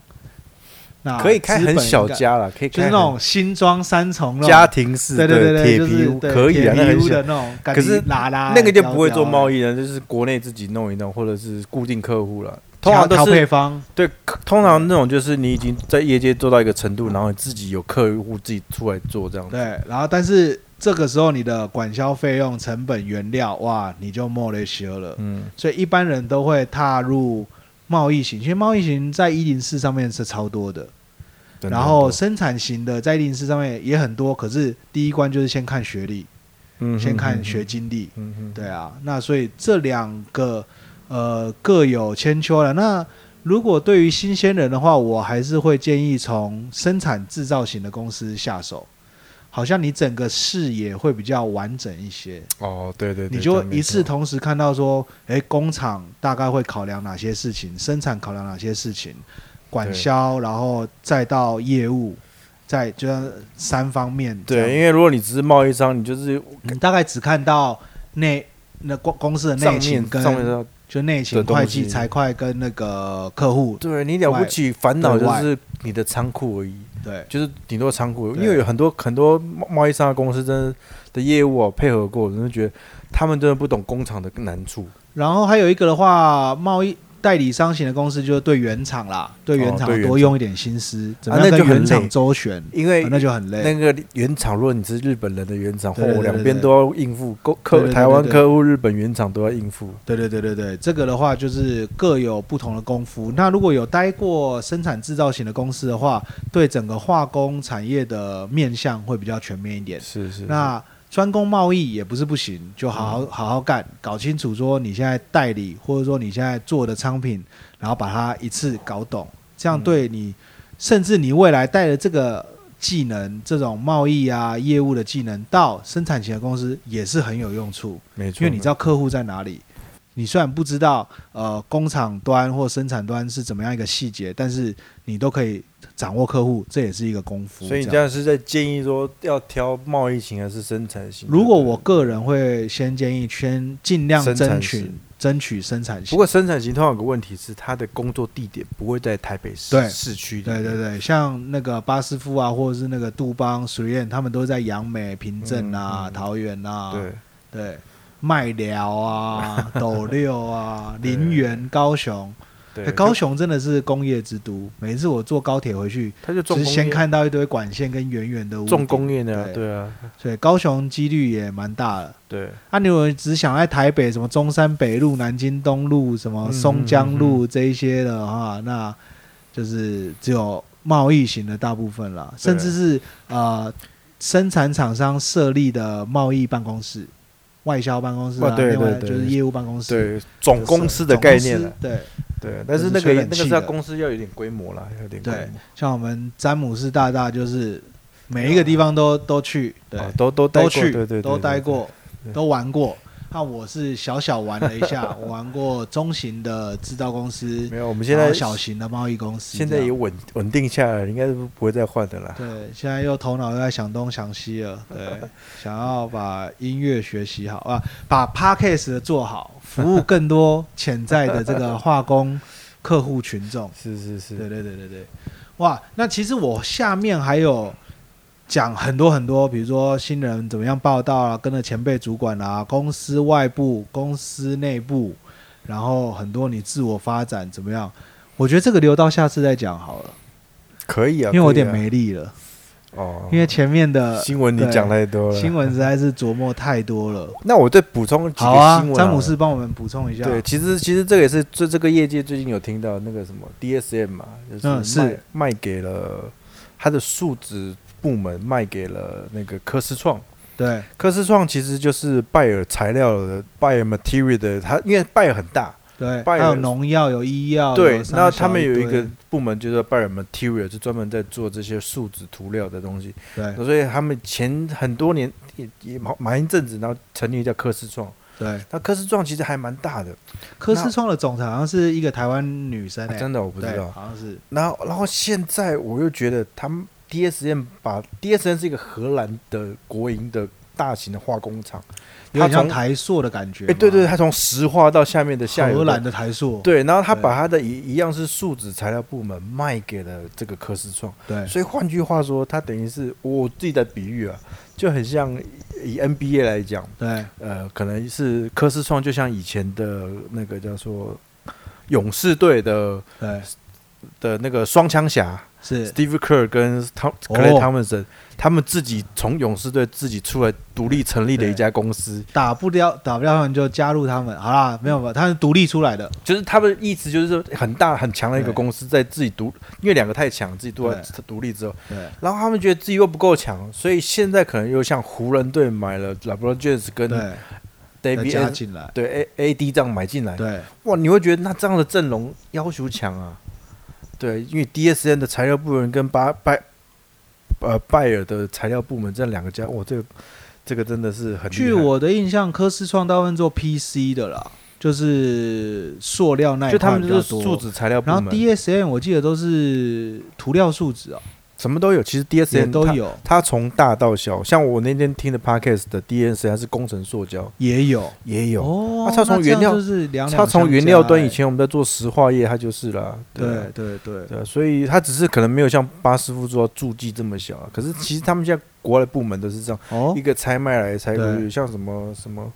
[SPEAKER 1] 那
[SPEAKER 2] 可以开
[SPEAKER 1] 啊资本
[SPEAKER 2] 很小
[SPEAKER 1] 应该，
[SPEAKER 2] 家了，可以
[SPEAKER 1] 就
[SPEAKER 2] 开
[SPEAKER 1] 是
[SPEAKER 2] 很
[SPEAKER 1] 那种新庄三重那种
[SPEAKER 2] 家，庭式
[SPEAKER 1] 对对对，
[SPEAKER 2] 铁
[SPEAKER 1] 就
[SPEAKER 2] 皮
[SPEAKER 1] 是
[SPEAKER 2] 屋
[SPEAKER 1] 对
[SPEAKER 2] 可以啊，
[SPEAKER 1] 铁
[SPEAKER 2] 那
[SPEAKER 1] 皮
[SPEAKER 2] 很
[SPEAKER 1] 屋
[SPEAKER 2] 小
[SPEAKER 1] 的。那种，
[SPEAKER 2] 可是
[SPEAKER 1] 拉拉
[SPEAKER 2] 那个就不会做贸
[SPEAKER 1] 易，
[SPEAKER 2] 易了，就是国内自己弄一弄，或者是固定客户了。通
[SPEAKER 1] 调啊
[SPEAKER 2] 常都
[SPEAKER 1] 调
[SPEAKER 2] 是
[SPEAKER 1] 配方，
[SPEAKER 2] 对，通常那种就是你已经在业界做到一个程度，然后你自己有客户自己出来做这样子。
[SPEAKER 1] 对，然后但是这个时候你的管销费用、成本、原料，哇，你就莫雷西了。
[SPEAKER 2] 嗯，
[SPEAKER 1] 所以一般人都会踏入贸易型，其实贸易型在一零四上面是超多的，
[SPEAKER 2] 真的
[SPEAKER 1] 然
[SPEAKER 2] 很
[SPEAKER 1] 后
[SPEAKER 2] 多
[SPEAKER 1] 生产型的在一零四上面也很多，可是第一关就是先看学历，
[SPEAKER 2] 嗯
[SPEAKER 1] 先看
[SPEAKER 2] 学。嗯嗯
[SPEAKER 1] 学经历，
[SPEAKER 2] 嗯哼，
[SPEAKER 1] 对啊，那所以这两个呃各有千秋了。那如果对于新鲜人的话，我还是会建议从生产制造型的公司下手，好像你整个视野会比较完整一些。
[SPEAKER 2] 哦，对对对，
[SPEAKER 1] 你就
[SPEAKER 2] 对
[SPEAKER 1] 一次
[SPEAKER 2] 没错
[SPEAKER 1] 同时看到说，诶，工厂大概会考量哪些事情，生产考量哪些事情，管销，然后再到业务，再就像三方面这样。
[SPEAKER 2] 对，因为如果你只是贸易商，你就是
[SPEAKER 1] 你大概只看到内那公公司的
[SPEAKER 2] 账
[SPEAKER 1] 内
[SPEAKER 2] 面
[SPEAKER 1] 勤跟
[SPEAKER 2] 上面的，
[SPEAKER 1] 就内勤、
[SPEAKER 2] 的东
[SPEAKER 1] 会
[SPEAKER 2] 西
[SPEAKER 1] 计、财会跟那个客户，
[SPEAKER 2] 对你了不起，烦恼
[SPEAKER 1] 对
[SPEAKER 2] 就
[SPEAKER 1] 外
[SPEAKER 2] 是你的仓库而已，
[SPEAKER 1] 对
[SPEAKER 2] 就是顶多仓库，因
[SPEAKER 1] 对
[SPEAKER 2] 为有很多很多贸贸易商的公司真的的业务哦，配合过，我真的觉得他们真的不懂工厂的难处，
[SPEAKER 1] 然后还有一个的话，贸易代理商型的公司就是对原厂啦，对原厂
[SPEAKER 2] 哦对原
[SPEAKER 1] 多
[SPEAKER 2] 厂
[SPEAKER 1] 用一点心思，怎么
[SPEAKER 2] 啊
[SPEAKER 1] 样
[SPEAKER 2] 那
[SPEAKER 1] 跟
[SPEAKER 2] 就很
[SPEAKER 1] 原厂
[SPEAKER 2] 累
[SPEAKER 1] 周旋，
[SPEAKER 2] 因为
[SPEAKER 1] 啊那就很累。
[SPEAKER 2] 那个原厂，如果你是日本人的原厂，
[SPEAKER 1] 对对
[SPEAKER 2] 或
[SPEAKER 1] 对
[SPEAKER 2] 两
[SPEAKER 1] 对
[SPEAKER 2] 边
[SPEAKER 1] 对
[SPEAKER 2] 都要应付，
[SPEAKER 1] 对
[SPEAKER 2] 客
[SPEAKER 1] 对
[SPEAKER 2] 客
[SPEAKER 1] 对
[SPEAKER 2] 台湾
[SPEAKER 1] 对
[SPEAKER 2] 客户、日本原厂都要应付。
[SPEAKER 1] 对对对对对，这个的话就是各有不同的功夫。那如果有待过生产制造型的公司的话，对整个化工产业的面向会比较全面一点。
[SPEAKER 2] 是是，
[SPEAKER 1] 那专攻贸易也不是不行，就好好好好干，搞清楚说你现在代理或者说你现在做的商品，然后把它一次搞懂，这样
[SPEAKER 2] 嗯
[SPEAKER 1] 对你，甚至你未来带的这个技能，这种贸易啊业务的技能，到生产型的公司也是很有用处。
[SPEAKER 2] 没错，
[SPEAKER 1] 因为你知道客户在哪里。你虽然不知道呃工厂端或生产端是怎么样一个细节，但是你都可以掌握客户，这也是一个功夫。
[SPEAKER 2] 所以你这
[SPEAKER 1] 样，
[SPEAKER 2] 样是在建议说要挑贸易型还是生产型？
[SPEAKER 1] 如果我个人会先建议先尽量
[SPEAKER 2] 生
[SPEAKER 1] 争
[SPEAKER 2] 产
[SPEAKER 1] 取
[SPEAKER 2] 型
[SPEAKER 1] 争取生产型。
[SPEAKER 2] 不过生产型通常有个问题是，它的工作地点不会在台北市
[SPEAKER 1] 对
[SPEAKER 2] 市区里
[SPEAKER 1] 对
[SPEAKER 2] 面。
[SPEAKER 1] 对对，像那个巴师傅啊，或者是那个杜邦、苏燕，他们都在杨梅、平镇啊、
[SPEAKER 2] 嗯嗯
[SPEAKER 1] 桃园啊，
[SPEAKER 2] 对
[SPEAKER 1] 对，麦寮 啊、斗六啊、
[SPEAKER 2] 对
[SPEAKER 1] 林园、高雄，
[SPEAKER 2] 对
[SPEAKER 1] 欸高雄真的是工业之都，每次我坐高铁回去，
[SPEAKER 2] 它就重
[SPEAKER 1] 只是
[SPEAKER 2] 工
[SPEAKER 1] 先
[SPEAKER 2] 业
[SPEAKER 1] 看到一堆管线跟远远的屋顶
[SPEAKER 2] 重工业的，
[SPEAKER 1] 对
[SPEAKER 2] 对啊，
[SPEAKER 1] 所以高雄几率也蛮大的。
[SPEAKER 2] 对，
[SPEAKER 1] 啊，你如果只想在台北什么中山北路、南京东路、什么
[SPEAKER 2] 嗯
[SPEAKER 1] 松江路这一些的哈，那就是只有贸易型的大部分了，甚至是呃生产厂商设立的贸易办公室、外销办公室啊，
[SPEAKER 2] 哦对
[SPEAKER 1] 另外
[SPEAKER 2] 对对
[SPEAKER 1] 就是业务办公室，
[SPEAKER 2] 对总公司的
[SPEAKER 1] 总
[SPEAKER 2] 概念啊
[SPEAKER 1] 司
[SPEAKER 2] 了，
[SPEAKER 1] 对。
[SPEAKER 2] 对，但是
[SPEAKER 1] 是
[SPEAKER 2] 那
[SPEAKER 1] 吹
[SPEAKER 2] 个
[SPEAKER 1] 冷
[SPEAKER 2] 那
[SPEAKER 1] 气
[SPEAKER 2] 个是要
[SPEAKER 1] 的
[SPEAKER 2] 公司要有点规模啦，要有点规
[SPEAKER 1] 对
[SPEAKER 2] 模，
[SPEAKER 1] 像我们詹姆斯大大就是每一个地方都都去，对，
[SPEAKER 2] 啊哦都都待
[SPEAKER 1] 都
[SPEAKER 2] 过
[SPEAKER 1] 去，
[SPEAKER 2] 对对，
[SPEAKER 1] 都
[SPEAKER 2] 对
[SPEAKER 1] 待
[SPEAKER 2] 对
[SPEAKER 1] 过，
[SPEAKER 2] 对
[SPEAKER 1] 都玩过。那我是小小玩了一 下，我玩过中型的制造公司，
[SPEAKER 2] 没有，我们现
[SPEAKER 1] 然后
[SPEAKER 2] 在
[SPEAKER 1] 小型的贸易公司，
[SPEAKER 2] 现在
[SPEAKER 1] 这
[SPEAKER 2] 也
[SPEAKER 1] 样
[SPEAKER 2] 稳稳定下来了，应该是不会再换的啦。
[SPEAKER 1] 对，现在又头脑又在想东想西了，对，想要把音乐学习好啊，把 podcast 的做好，服务更多潜在的这个化工客户群众。
[SPEAKER 2] 是是
[SPEAKER 1] 对
[SPEAKER 2] 是，
[SPEAKER 1] 对对对对，哇，那其实我下面还有讲很多很多，比如说新人怎么样报道啊，跟着前辈主管啊，公司外部、公司内部，然后很多你自我发展怎么样。我觉得这个留到下次再讲好了，
[SPEAKER 2] 可以啊，
[SPEAKER 1] 因为我有点
[SPEAKER 2] 可以啊
[SPEAKER 1] 没力了，
[SPEAKER 2] 哦，
[SPEAKER 1] 因为前面的
[SPEAKER 2] 新闻你
[SPEAKER 1] 对
[SPEAKER 2] 讲太多了。
[SPEAKER 1] 新闻实在是琢磨太多了。
[SPEAKER 2] 那我再补充几个
[SPEAKER 1] 好啊
[SPEAKER 2] 新闻，好了。
[SPEAKER 1] 詹姆斯帮我们补充一下。
[SPEAKER 2] 对，其实其实这个也是这这个业界最近有听到那个什么 DSM 嘛，就是卖、
[SPEAKER 1] 嗯是
[SPEAKER 2] 卖给了它的数值部门卖给了那个科思创。
[SPEAKER 1] 对
[SPEAKER 2] 科思创其实就是拜耳材料的拜耳 material 的，它因为拜耳很大，
[SPEAKER 1] 对，
[SPEAKER 2] 拜
[SPEAKER 1] 还有
[SPEAKER 2] 仁
[SPEAKER 1] 农药、有医药，
[SPEAKER 2] 对
[SPEAKER 1] 有，啥
[SPEAKER 2] 那
[SPEAKER 1] 小
[SPEAKER 2] 他们有一
[SPEAKER 1] 堆
[SPEAKER 2] 个部门就是拜耳 material，就专门在做这些树脂涂料的东西，
[SPEAKER 1] 对
[SPEAKER 2] 所以他们前很多年也也蛮蛮一阵子，然后成立叫科思创，
[SPEAKER 1] 对。
[SPEAKER 2] 那科思创其实还蛮大的，
[SPEAKER 1] 柯
[SPEAKER 2] 那
[SPEAKER 1] 思创的总裁好像是一个台湾女生、欸
[SPEAKER 2] 啊真的我不知
[SPEAKER 1] 对
[SPEAKER 2] 道。
[SPEAKER 1] 好像是
[SPEAKER 2] 然后，然后现在我又觉得他们 DSM 把 DSM 是一个荷兰的国营的大型的化工厂，
[SPEAKER 1] 有点像
[SPEAKER 2] 从
[SPEAKER 1] 台塑的感觉嘛。
[SPEAKER 2] 哎，对对，它从石化到下面的下游
[SPEAKER 1] 荷
[SPEAKER 2] 的
[SPEAKER 1] 兰的台塑，
[SPEAKER 2] 对，然后他
[SPEAKER 1] 对
[SPEAKER 2] 把他的一一样是树脂材料部门卖给了这个科斯创，
[SPEAKER 1] 对
[SPEAKER 2] 所以换句话说，它等于是我自己的比喻啊，就很像以 NBA 来讲，
[SPEAKER 1] 对
[SPEAKER 2] 呃，可能是科斯创就像以前的那个叫做勇士队的
[SPEAKER 1] 对
[SPEAKER 2] 的那个双枪侠，
[SPEAKER 1] 是，
[SPEAKER 2] Steve Kerr 跟 Tom
[SPEAKER 1] 哦
[SPEAKER 2] Clay Thompson，、他们自己从勇士队自己出来独立成立的一家公司，
[SPEAKER 1] 打不掉打不掉他们就加入他们，好
[SPEAKER 2] 嗯
[SPEAKER 1] 啦，没有吧？他是独立出来的，
[SPEAKER 2] 就是他们意思就是说很大很强的一个
[SPEAKER 1] 对
[SPEAKER 2] 公司，在自己独，因为两个太强，自己独
[SPEAKER 1] 对
[SPEAKER 2] 独立之后，
[SPEAKER 1] 对
[SPEAKER 2] 然后他们觉得自己又不够强，所以现在可能又像湖人队买了 LeBron James 跟
[SPEAKER 1] 对，再
[SPEAKER 2] David
[SPEAKER 1] 加
[SPEAKER 2] An-
[SPEAKER 1] 进来，
[SPEAKER 2] 对 A A D 这样买进来，
[SPEAKER 1] 对
[SPEAKER 2] 哇，你会觉得那这样的阵容要求强啊？对，因为 DSN 的材料部门跟巴拜呃拜耳的材料部门这两个家，哇，这个这个真的是很厉害
[SPEAKER 1] 据我的印象，科思创大部分做 PC 的啦，就是塑料那一
[SPEAKER 2] 就他
[SPEAKER 1] 块比
[SPEAKER 2] 们就
[SPEAKER 1] 较
[SPEAKER 2] 是树
[SPEAKER 1] 多。
[SPEAKER 2] 脂材料部
[SPEAKER 1] 然后
[SPEAKER 2] 门，
[SPEAKER 1] DSM 我记得都是涂料树脂哦，
[SPEAKER 2] 什么都有。其实
[SPEAKER 1] 也
[SPEAKER 2] DSN
[SPEAKER 1] 都
[SPEAKER 2] 它，
[SPEAKER 1] 有，
[SPEAKER 2] 它从大到小，像我那天听的 podcast 的 DSN 它是工程塑胶
[SPEAKER 1] 也有
[SPEAKER 2] 也有，
[SPEAKER 1] 哦
[SPEAKER 2] 啊。它从
[SPEAKER 1] 那这样
[SPEAKER 2] 原料
[SPEAKER 1] 就是两两
[SPEAKER 2] 它从
[SPEAKER 1] 相
[SPEAKER 2] 原料
[SPEAKER 1] 加
[SPEAKER 2] 端以
[SPEAKER 1] 欸
[SPEAKER 2] 前我们在做石化业，它就是啦，对啊
[SPEAKER 1] 对对对
[SPEAKER 2] 对啊，所以他只是可能没有像巴师傅做到助记这么小、啊，可是其实他们现在国外的部门都是这样，
[SPEAKER 1] 哦
[SPEAKER 2] 一，个拆卖来拆过
[SPEAKER 1] 对
[SPEAKER 2] 去，像什么什么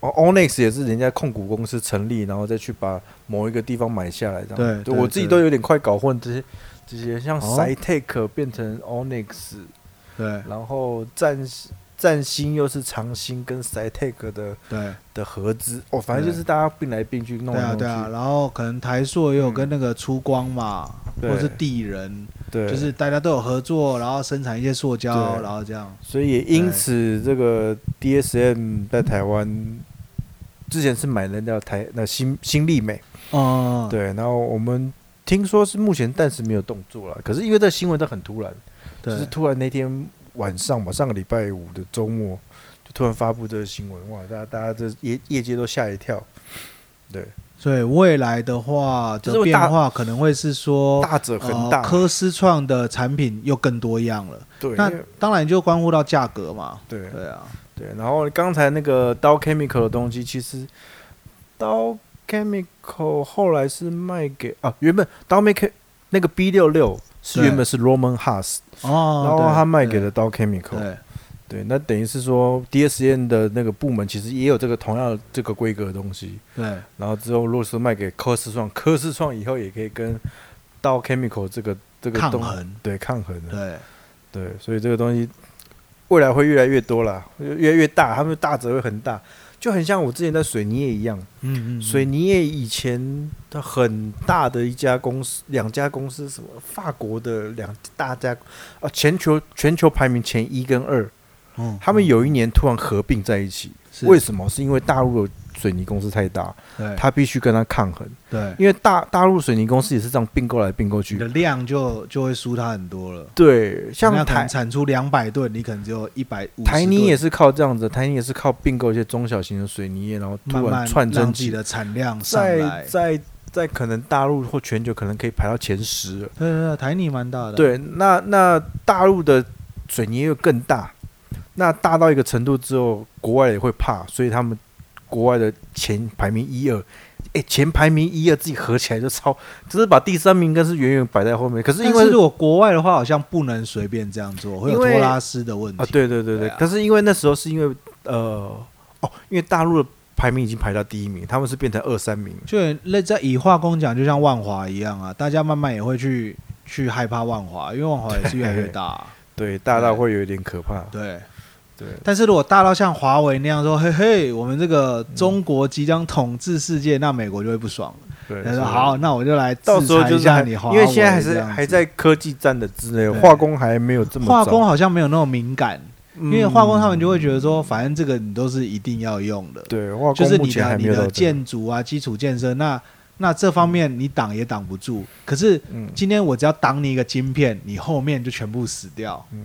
[SPEAKER 2] 哦 Onyx 也是人家控股公司成立，然后再去把某一个地方买下来，这
[SPEAKER 1] 对
[SPEAKER 2] 样。
[SPEAKER 1] 对
[SPEAKER 2] 我自己
[SPEAKER 1] 对
[SPEAKER 2] 都有点快搞混这些这些，像
[SPEAKER 1] 哦
[SPEAKER 2] Cytec 变成 Onyx，、
[SPEAKER 1] 对
[SPEAKER 2] 然后占占星又是长星跟 Cytec 的
[SPEAKER 1] 对
[SPEAKER 2] 的合资，哦，反正就
[SPEAKER 1] 对
[SPEAKER 2] 是大家并来并去弄
[SPEAKER 1] 对啊
[SPEAKER 2] 来弄去，嗯
[SPEAKER 1] 对啊，然后可能台硕也有跟那个出光嘛，
[SPEAKER 2] 对
[SPEAKER 1] 或是地人，
[SPEAKER 2] 对，
[SPEAKER 1] 就是大家都有合作，然后生产一些塑胶，
[SPEAKER 2] 对
[SPEAKER 1] 然后这样。
[SPEAKER 2] 所以也因
[SPEAKER 1] 对
[SPEAKER 2] 此，这个 DSM 在台湾之前是买了那台那新新力美，
[SPEAKER 1] 哦、
[SPEAKER 2] 嗯对，然后我们听说是目前暂时没有动作了，可是因为这新闻它很突然，就
[SPEAKER 1] 对
[SPEAKER 2] 是突然那天晚上嘛，上个礼拜五的周末就突然发布这个新闻，哇，大家大家这业业界都吓一跳，对，
[SPEAKER 1] 所以未来的话
[SPEAKER 2] 就
[SPEAKER 1] 的
[SPEAKER 2] 是会
[SPEAKER 1] 变
[SPEAKER 2] 大
[SPEAKER 1] 化可能会是说，
[SPEAKER 2] 大者恒大，
[SPEAKER 1] 呃、科思创的产品又更多样了。
[SPEAKER 2] 对，
[SPEAKER 1] 那
[SPEAKER 2] 因为
[SPEAKER 1] 当然就关乎到价格嘛。
[SPEAKER 2] 对
[SPEAKER 1] 对啊，
[SPEAKER 2] 对，然后刚才那个刀 chemical 的东西，其实刀 chemical 后来是卖给啊，原本刀 make 那个 B 六六是
[SPEAKER 1] 对
[SPEAKER 2] 原本是 Roman Haas，
[SPEAKER 1] 哦，
[SPEAKER 2] 然后
[SPEAKER 1] 对
[SPEAKER 2] 他卖给
[SPEAKER 1] 对
[SPEAKER 2] 了刀 chemical，
[SPEAKER 1] 对
[SPEAKER 2] 对，那等于是说 DSN 的那个部门其实也有这个同样这个规格的东西，
[SPEAKER 1] 对
[SPEAKER 2] 然后之后若是卖给科斯创，科斯创以后也可以跟刀 chemical 这个这个
[SPEAKER 1] 抗
[SPEAKER 2] 东
[SPEAKER 1] 衡，
[SPEAKER 2] 对抗衡的，
[SPEAKER 1] 对
[SPEAKER 2] 对，所以这个东西未来会越来越多啦，越来越大，他们大则会很大，就很像我之前在水泥业一样，
[SPEAKER 1] 嗯嗯，嗯
[SPEAKER 2] 水泥业以前的很大的一家公司，两家公司什么法国的两大家啊，全球全球排名前一跟二，
[SPEAKER 1] 嗯
[SPEAKER 2] 他们
[SPEAKER 1] 嗯
[SPEAKER 2] 有一年突然合并在一起，
[SPEAKER 1] 是
[SPEAKER 2] 为什么？是因为大陆的水泥公司太大，
[SPEAKER 1] 对
[SPEAKER 2] 他必须跟它抗衡，
[SPEAKER 1] 对
[SPEAKER 2] 因为大大陆水泥公司也是这样并购来并购
[SPEAKER 1] 你
[SPEAKER 2] 去
[SPEAKER 1] 的。量就就会输它很多了。
[SPEAKER 2] 对，像
[SPEAKER 1] 人家可
[SPEAKER 2] 台
[SPEAKER 1] 能产出两百吨，你可能只有一百五。
[SPEAKER 2] 台泥也是靠这样子，台泥也是靠并购一些中小型的水泥业，然后
[SPEAKER 1] 慢
[SPEAKER 2] 突然
[SPEAKER 1] 慢
[SPEAKER 2] 串
[SPEAKER 1] 让
[SPEAKER 2] 针
[SPEAKER 1] 自己
[SPEAKER 2] 起来，
[SPEAKER 1] 的产量上
[SPEAKER 2] 在
[SPEAKER 1] 来。
[SPEAKER 2] 在在可能大陆或全球可能可以排到前十了。
[SPEAKER 1] 对对对，台泥蛮大的。
[SPEAKER 2] 对，那那大陆的水泥又更大，那大到一个程度之后，国外也会怕，所以他们国外的前排名一二，哎，前排名一二自己合起来就超，只是把第三名跟是远远摆在后面。可是
[SPEAKER 1] 但
[SPEAKER 2] 因
[SPEAKER 1] 是
[SPEAKER 2] 为
[SPEAKER 1] 如果国外的话，好像不能随便这样做，会有
[SPEAKER 2] 因
[SPEAKER 1] 托
[SPEAKER 2] 为
[SPEAKER 1] 拉斯的问题。
[SPEAKER 2] 啊，对对对
[SPEAKER 1] 对
[SPEAKER 2] 对，
[SPEAKER 1] 啊
[SPEAKER 2] 可是因为那时候是因为呃哦，因为大陆的排名已经排到第一名，他们是变成二三名。
[SPEAKER 1] 就那在以化工讲，就像万华一样啊，大家慢慢也会去去害怕万华，因为万华也是越来越大、
[SPEAKER 2] 对，大到会有一点可怕。
[SPEAKER 1] 对，
[SPEAKER 2] 对
[SPEAKER 1] 但是如果大到像华为那样说，嘿嘿，我们这个中国即将统治世界，那美国就会不爽了。
[SPEAKER 2] 对，
[SPEAKER 1] 他
[SPEAKER 2] 所
[SPEAKER 1] 说
[SPEAKER 2] 以
[SPEAKER 1] 好，那我就来制
[SPEAKER 2] 到时候
[SPEAKER 1] 裁
[SPEAKER 2] 就
[SPEAKER 1] 一
[SPEAKER 2] 是还
[SPEAKER 1] 下你华
[SPEAKER 2] 因
[SPEAKER 1] 为，
[SPEAKER 2] 为现在还
[SPEAKER 1] 这
[SPEAKER 2] 是
[SPEAKER 1] 样子
[SPEAKER 2] 还在科技战的之
[SPEAKER 1] 对
[SPEAKER 2] 类，化工还没有这么嗯
[SPEAKER 1] 化
[SPEAKER 2] 早
[SPEAKER 1] 工，好像没有那么敏感，
[SPEAKER 2] 因
[SPEAKER 1] 因为化工他们就会觉得说，反正这个你都是一定要用的，
[SPEAKER 2] 对化
[SPEAKER 1] 就
[SPEAKER 2] 工
[SPEAKER 1] 是
[SPEAKER 2] 目
[SPEAKER 1] 你
[SPEAKER 2] 前
[SPEAKER 1] 的
[SPEAKER 2] 还没
[SPEAKER 1] 你
[SPEAKER 2] 有到
[SPEAKER 1] 的
[SPEAKER 2] 这个
[SPEAKER 1] 建筑啊、基础建设，那那这方面你挡也挡不住，可是。
[SPEAKER 2] 嗯
[SPEAKER 1] 今天我只要挡你一个晶片，你后面就全部死掉。
[SPEAKER 2] 嗯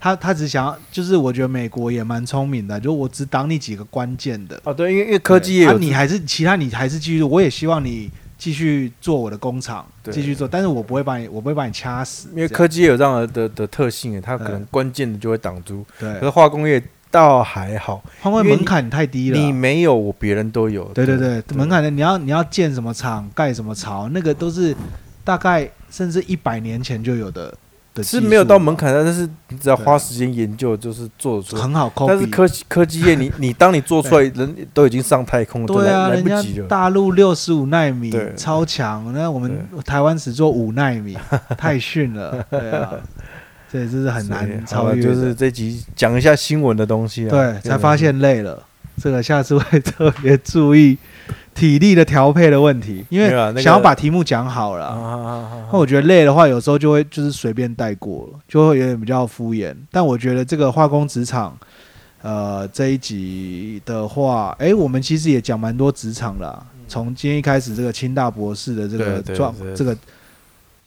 [SPEAKER 1] 他他只想要，就是我觉得美国也蛮聪明的，就我只挡你几个关键的
[SPEAKER 2] 哦对，因为因为科技也
[SPEAKER 1] 啊
[SPEAKER 2] 有
[SPEAKER 1] 你还是其他你还是继续，我也希望你继续做我的工厂，
[SPEAKER 2] 对
[SPEAKER 1] 继续做，但是我不会把你我不会把你掐死，
[SPEAKER 2] 因为
[SPEAKER 1] 这样
[SPEAKER 2] 科技也有这样的的的特性，它可能
[SPEAKER 1] 嗯
[SPEAKER 2] 关键的就会挡住，可是
[SPEAKER 1] 对，
[SPEAKER 2] 化工业倒还好，
[SPEAKER 1] 因为
[SPEAKER 2] 因为
[SPEAKER 1] 门槛太低了
[SPEAKER 2] 你
[SPEAKER 1] 啊。
[SPEAKER 2] 没有我别人都有，
[SPEAKER 1] 对对对，门槛的你要你要建什么厂，盖什么槽，那个都是大概甚至一百年前就有的的技
[SPEAKER 2] 是
[SPEAKER 1] 术
[SPEAKER 2] 没有到门槛，但是你只要
[SPEAKER 1] 对
[SPEAKER 2] 花时间研究，就是做得出来。
[SPEAKER 1] 很好 copy，
[SPEAKER 2] 但是科技科技业， 你你当你做出来，人都已经上太空了，都
[SPEAKER 1] 对啊，
[SPEAKER 2] 来来
[SPEAKER 1] 人
[SPEAKER 2] 不
[SPEAKER 1] 家
[SPEAKER 2] 及了。
[SPEAKER 1] 大陆六十五纳米
[SPEAKER 2] 对
[SPEAKER 1] 超强，那我们台湾只做五纳米， 太逊了。对啊，这这是很
[SPEAKER 2] 所以
[SPEAKER 1] 难
[SPEAKER 2] 好
[SPEAKER 1] 超
[SPEAKER 2] 了
[SPEAKER 1] 越的。
[SPEAKER 2] 就是这集讲一下新闻的东西啊。
[SPEAKER 1] 对，才发现累了。这个下次会特别注意体力的调配的问题，因为
[SPEAKER 2] 没有啊那个
[SPEAKER 1] 想要把题目讲好了
[SPEAKER 2] 啊
[SPEAKER 1] 啊。
[SPEAKER 2] 啊啊啊
[SPEAKER 1] 那我觉得累的话，有时候就会就是随便带过了，就会有点比较敷衍。但我觉得这个化工职场，呃，这一集的话，诶，我们其实也讲蛮多职场啦。从今天一开始，这个清大博士的这个
[SPEAKER 2] 嗯对对
[SPEAKER 1] 状
[SPEAKER 2] 对，
[SPEAKER 1] 这个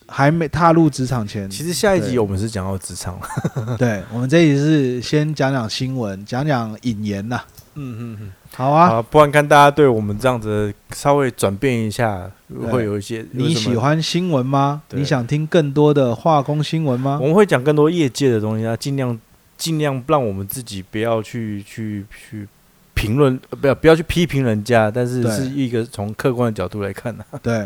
[SPEAKER 1] 还没踏入职场前，
[SPEAKER 2] 其实下一集
[SPEAKER 1] 对
[SPEAKER 2] 我们是讲到职场了。
[SPEAKER 1] 对我们这一集是先讲讲新闻，讲讲引言呐。
[SPEAKER 2] 嗯嗯 嗯。
[SPEAKER 1] 好啊，
[SPEAKER 2] 啊，不然看大家对我们这样子稍微转变一下，会有一些有
[SPEAKER 1] 你
[SPEAKER 2] 什么
[SPEAKER 1] 喜。欢新闻吗？
[SPEAKER 2] 对
[SPEAKER 1] 你想听更多的化工新闻吗
[SPEAKER 2] 我？们会讲更多业界的东西啊，尽量尽量让我们自己不要去去去评论，呃不要不要去批评人家，但是
[SPEAKER 1] 对
[SPEAKER 2] 是一个从客观的角度来看呢、
[SPEAKER 1] 对，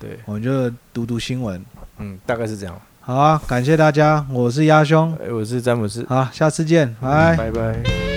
[SPEAKER 2] 对，
[SPEAKER 1] 我们就读读新闻。
[SPEAKER 2] 嗯，大概是这样。
[SPEAKER 1] 好啊，感谢大家，我是鸭兄，
[SPEAKER 2] 哎我是詹姆斯，
[SPEAKER 1] 好，下次见，拜。
[SPEAKER 2] 拜拜。